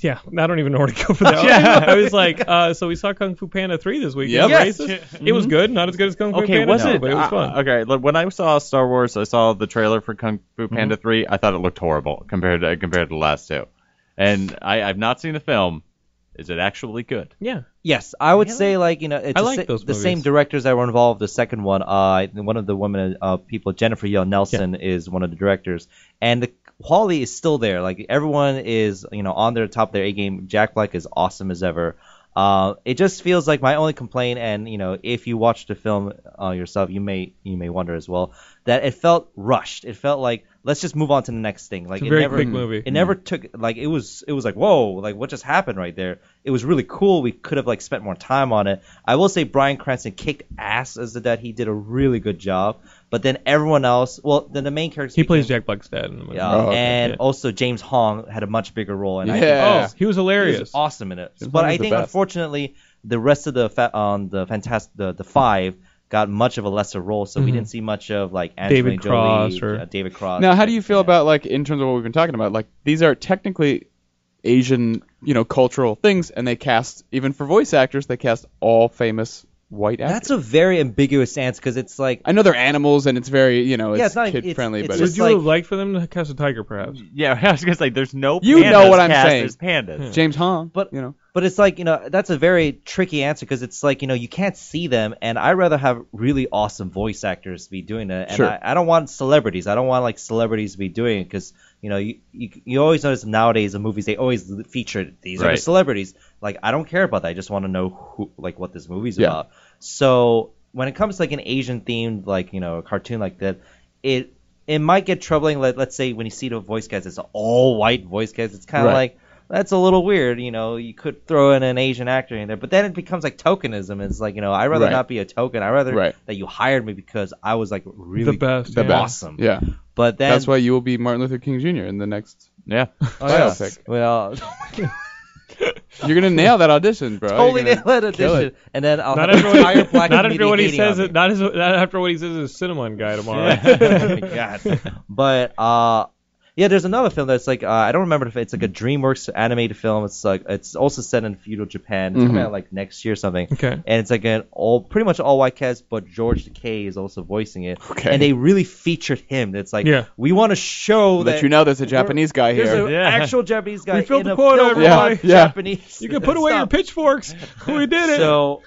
S2: yeah, I don't even know where to go for
S3: *laughs*
S2: that.
S4: Yeah.
S2: I was like, uh, so we saw Kung Fu Panda three this week.
S3: Yep. Mm-hmm.
S2: Yes.
S3: Yes.
S2: It was good, not as good as Kung Fu
S4: okay,
S2: Panda,
S4: was
S2: two,
S4: it?
S2: but it was
S4: uh,
S2: fun.
S4: okay, look, when I saw Star Wars, I saw the trailer for Kung Fu Panda three. I thought it looked horrible compared to compared to the last two, and I, I've not seen the film. Is it actually good? *laughs*
S2: Yeah,
S5: Yes, I would say like you know it's
S2: I
S5: the
S2: like
S5: sa-
S2: those
S5: the
S2: movies.
S5: same directors that were involved. The second one, uh, one of the women uh, people, Jennifer Yeo Nelson, is one of the directors, and the quality is still there. Like everyone is you know on their top of their A game. Jack Black is awesome as ever. Uh, it just feels like my only complaint, and you know, if you watch the film uh, yourself, you may you may wonder as well that it felt rushed. It felt like let's just move on to the next thing. Like
S2: It's a
S5: it
S2: very
S5: never,
S2: quick movie.
S5: It never took like it was it was like whoa like what just happened right there. It was really cool. We could have like spent more time on it. I will say Brian Cranston kicked ass as the dad. He did a really good job. But then everyone else, well, then the main character
S2: he plays
S5: became-
S2: Jack Black's dad in the movie.
S5: Yeah,
S3: Oh, okay.
S5: and
S2: Yeah.
S5: also James Hong had a much bigger role. And I think
S3: Yeah.
S2: Oh, he was hilarious.
S5: he was awesome in it.
S3: James
S5: but
S3: Bond
S5: I
S3: is the
S5: think
S3: best.
S5: unfortunately the rest of the fa- um, the fantastic the, the five got much of a lesser role, so we didn't see much of like Angelina
S2: Mm-hmm. David
S5: Jolie,
S2: Cross or-
S5: uh, David Cross.
S3: Now, how do you feel
S5: Yeah.
S3: about like in terms of what we've been talking about? Like these are technically Asian, you know, cultural things, and they cast even for voice actors, they cast all famous white actors.
S5: That's a very ambiguous answer because it's like
S3: I know they're animals, and it's very, you know, it's,
S5: Yeah, it's not-
S3: kid
S5: it's-
S3: friendly,
S5: it's
S3: but
S2: Would
S5: just
S2: you
S5: like-
S2: have liked for them to cast a tiger, perhaps?
S4: Yeah, I was gonna say there's no.
S3: You know
S4: pandas
S3: what I'm
S4: cast
S3: saying.
S4: as pandas.
S3: it's James Hong.
S5: But-
S3: you know,
S5: But it's like you know that's a very tricky answer because it's like you know you can't see them, and I rather have really awesome voice actors be doing it, and
S3: Sure.
S5: I, I don't want celebrities. I don't want like celebrities to be doing it because you know you, you you always notice nowadays in movies they always l- feature these are the
S4: Right.
S5: celebrities. Like I don't care about that. I just want to know who like what this movie's
S3: Yeah.
S5: about. So when it comes to like an Asian themed like you know a cartoon like that, it it might get troubling. Like let's say when you see the voice guys, it's all white voice guys. It's kind of
S3: Right.
S5: like that's a little weird. You know, you could throw in an Asian actor in there, but then it becomes like tokenism. It's like, you know, I'd rather
S3: Right.
S5: not be a token. I'd rather
S3: Right.
S5: that you hired me because I was like really
S2: The best.
S3: the
S2: yeah.
S3: best.
S5: awesome.
S3: Yeah,
S5: But then,
S3: that's why you will be Martin Luther King Jr. in the next
S4: Yeah.
S5: oh, yeah.
S3: biopic.
S2: *laughs*
S5: well,
S3: You're gonna nail that audition, bro. You're
S5: totally
S3: gonna-
S5: nailed that
S3: kill
S5: edition. And then I'll
S2: Not
S5: have
S2: after
S5: an
S2: what- *laughs*
S5: entire black
S2: not after
S5: comedian
S2: what he
S5: hating on
S2: says.
S5: me.
S2: it- *laughs* Not, as, not after what he says is Cinnamon Guy tomorrow.
S5: Oh my God. *laughs* But uh, yeah, there's another film that's like uh, I don't remember if it's like a DreamWorks animated film. It's like it's also set in feudal Japan. It's
S3: Mm-hmm.
S5: coming out like next year or something.
S2: Okay.
S5: And it's like an all pretty much all white cast, but George Takei is also voicing it.
S3: Okay.
S5: And they really featured him. It's like
S2: Yeah.
S5: we want to show
S3: Let
S5: that
S3: you know there's a
S5: we're-
S3: Japanese guy
S5: There's
S3: here.
S5: an
S4: Yeah.
S5: actual Japanese guy.
S2: filled
S5: in
S2: the
S5: a
S2: quota,
S5: film
S2: everybody.
S5: about
S3: Yeah.
S5: Japanese.
S2: You can put away your
S5: stuff.
S2: pitchforks.
S5: *laughs*
S2: We did it.
S5: So,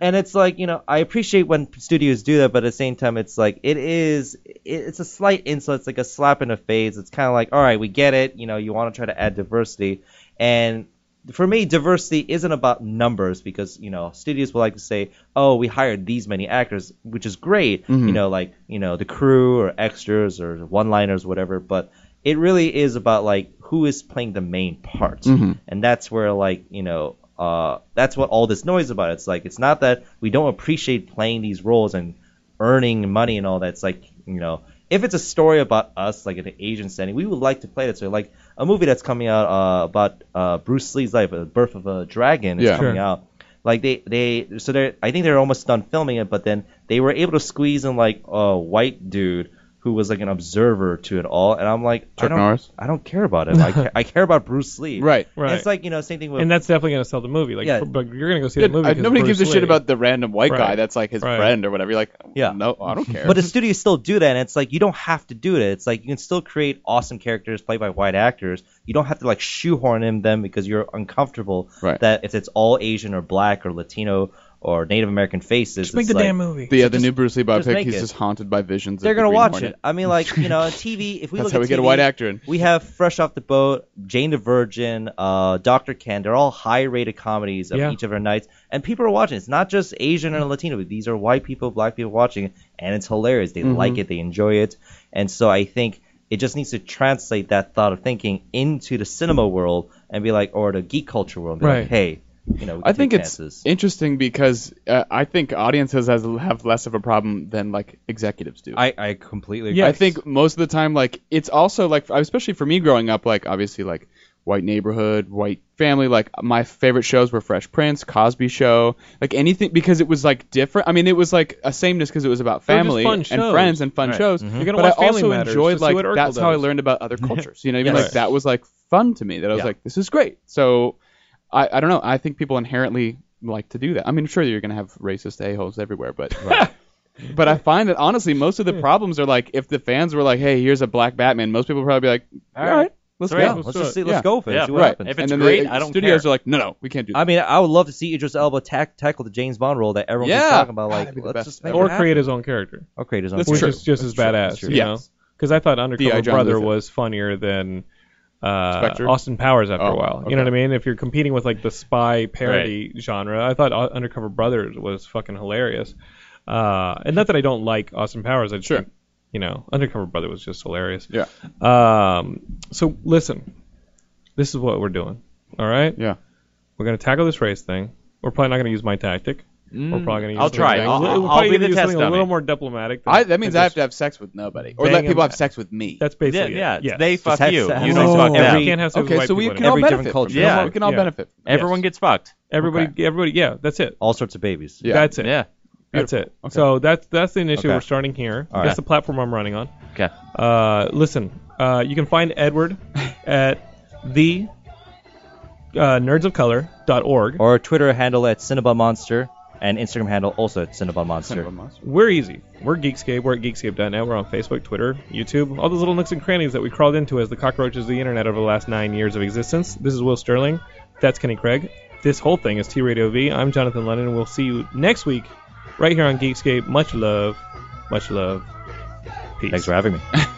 S5: and it's like you know, I appreciate when studios do that, but at the same time, it's like it is, it, it's a slight insult. It's like a slap in the face. It's kind of like, all right, we get it. You know, you want to try to add diversity, and for me, diversity isn't about numbers because you know studios will like to say, oh, we hired these many actors, which is great.
S2: Mm-hmm.
S5: You know, like you know the crew or extras or one-liners, whatever, but. It really is about like who is playing the main part, and that's where like you know uh, that's what all this noise about. It's like it's not that we don't appreciate playing these roles and earning money and all that. It's like you know, if it's a story about us, like in an Asian setting, we would like to play that. So like a movie that's coming out uh, about uh, Bruce Lee's life, The Birth of a Dragon, is
S3: Yeah.
S5: coming
S2: Sure.
S5: out. Like they, they so they're I think they're almost done filming it, but then they were able to squeeze in like a white dude who was like an observer to it all, and I'm like I
S3: Chuck
S5: don't
S3: Norris.
S5: I don't care about it.
S3: *laughs*
S5: I, ca- I care about Bruce Lee.
S3: Right.
S5: And
S2: Right.
S5: It's like you know same thing with
S2: *laughs* and that's definitely gonna sell the movie. Like,
S5: Yeah.
S2: but you're gonna go see
S3: Yeah,
S2: that movie.
S3: I-
S2: 'cause
S3: uh, nobody
S2: Bruce
S3: gives a
S2: Lee.
S3: shit about the random white guy
S2: Right.
S3: that's like his
S2: Right.
S3: friend or whatever. You're like,
S5: Yeah.
S3: no, I don't care.
S5: But the studios still do that, and it's like you don't have to do it. It's like you can still create awesome characters played by white actors. You don't have to like shoehorn in them because you're uncomfortable
S3: Right.
S5: that if it's all Asian or black or Latino or Native American faces.
S2: Just make
S5: it's
S2: the
S5: like-
S2: damn movie.
S3: The, yeah, the new Bruce Lee Bob
S5: just
S3: pick,
S5: make
S3: he's
S5: it.
S3: just haunted by visions.
S5: They're
S3: going
S5: gonna
S3: to
S5: watch it. I mean, like you know,
S3: *laughs*
S5: TV. If we
S3: That's
S5: look
S3: how
S5: at
S3: we get a
S5: TV,
S3: white actor in.
S5: We have Fresh Off the Boat, Jane the Virgin, uh, Doctor Ken. They're all high-rated comedies of
S2: Yeah.
S5: each of our nights, and people are watching. It's not just Asian and Latino. But these are white people, black people watching, it, and it's hilarious. They
S2: Mm-hmm.
S5: like it, they enjoy it, and so I think it just needs to translate that thought of thinking into the cinema world and be like, or the geek culture world. And be
S2: Right.
S5: Like, hey, you know, we can
S3: I think
S5: take
S3: it's
S5: chances.
S3: interesting because uh, I think audiences has, have less of a problem than like executives do.
S5: I, I completely agree.
S2: Yeah.
S3: I think most of the time, like it's also like especially for me growing up, like obviously like white neighborhood, white family. Like my favorite shows were Fresh Prince, Cosby Show, like anything because it was like different. I mean, it was like a sameness because it was about
S2: They were just
S3: family
S2: fun
S3: and
S2: shows.
S3: friends and fun
S2: Right.
S3: shows.
S2: Mhm. You're gonna
S3: but
S2: watch
S3: I
S2: Family
S3: also
S2: Matters
S3: enjoyed
S2: to see
S3: like
S2: what Urkel
S3: that's how I
S2: does.
S3: learned
S2: *laughs*
S3: about other cultures. You know, what I mean,
S2: Yes.
S3: like that was like fun to me. That I was
S5: Yeah.
S3: like, this is great. So I I don't know. I think people inherently like to do that. I mean, sure you're gonna have racist a holes everywhere, but. But I find that honestly, most of the problems are like if the fans were like, "Hey, here's a black Batman," most people would probably be like, "All right, let's
S4: All right,
S3: go."
S2: let's
S5: let's
S2: do
S5: just
S2: it.
S5: see. Let's
S3: Yeah.
S5: go for it.
S4: Yeah,
S5: see what
S3: right.
S5: happens.
S4: If it's
S3: and then
S4: great,
S3: the
S4: I don't
S3: studios
S4: care.
S3: are like, "No, no, we can't do that."
S5: I mean, I would love to see Idris Elba tack- tackle the James Bond role that everyone
S3: Yeah.
S5: keeps talking about.
S3: God,
S5: Like,
S3: that'd be the
S5: let's
S3: best
S5: just make
S3: ever.
S2: or
S5: it happen.
S2: create his own character,
S5: or create his own.
S3: That's
S2: which
S3: true.
S2: is just as badass.
S5: true.
S2: You know,
S3: Yes.
S2: because I thought Undercover
S3: D.I. Jones
S2: Brother
S3: is it.
S2: was funnier than uh,
S3: Spectre?
S2: Austin Powers after
S3: Oh,
S2: a while.
S3: okay.
S2: You know what I mean? If you're competing with like the spy parody genre, I thought uh, Undercover Brothers was fucking hilarious. Uh, and not that I don't like Austin Powers, I just
S3: Sure.
S2: think, you know, Undercover Brother was just hilarious.
S3: yeah,
S2: Um, so listen, this is what we're doing. All right,
S3: yeah.
S2: we're gonna tackle this race thing. We're probably not gonna use my tactic. we're probably gonna. Use
S4: I'll
S2: something-
S4: try.
S2: We're
S4: I'll- I'll-
S2: probably
S4: I'll be
S2: gonna
S4: the
S2: do
S4: test
S2: something A little
S4: dummy.
S2: more diplomatic. than-
S3: I, that means
S2: than
S3: I
S2: just-
S3: have to have sex with nobody, or
S2: Bang
S3: let people
S2: him.
S3: have sex with me.
S2: That's
S4: Yeah,
S2: basically
S4: yeah.
S2: it. Yes.
S4: They fuck
S5: have
S4: you.
S5: sex.
S4: You don't fuck
S5: Oh.
S2: Yeah,
S4: them.
S2: we can't have sex
S3: okay,
S2: with
S3: so
S2: white
S3: we
S2: people
S3: can all
S2: anymore.
S5: Every different
S3: benefit.
S5: culture.
S3: from that.
S4: Yeah.
S3: we can all
S2: Yeah.
S3: benefit.
S4: Everyone
S2: Yes.
S4: gets fucked.
S2: everybody,
S3: Okay.
S2: everybody, yeah, that's it.
S5: All sorts of babies.
S3: Yeah.
S2: That's it.
S4: Yeah.
S2: That's it. So that's that's the initiative
S5: Okay.
S2: we're starting here.
S5: All
S2: That's
S5: right.
S2: the platform I'm running on.
S4: Okay.
S2: Uh, listen, uh, you can find Edward at the uh, nerdsofcolor.org.
S5: Or Twitter handle at Cinnabon Monster and Instagram handle also at Cinnabon Monster.
S2: We're easy. We're Geekscape. We're at geekscape.net. We're on Facebook, Twitter, YouTube, all those little nooks and crannies that we crawled into as the cockroaches of the internet over the last nine years of existence. This is Will Sterling. That's Kenny Craig. This whole thing is T Radio V. I'm Jonathan Lennon, and we'll see you next week right here on Geekscape. Much love. Much love. Peace.
S5: Thanks for having me.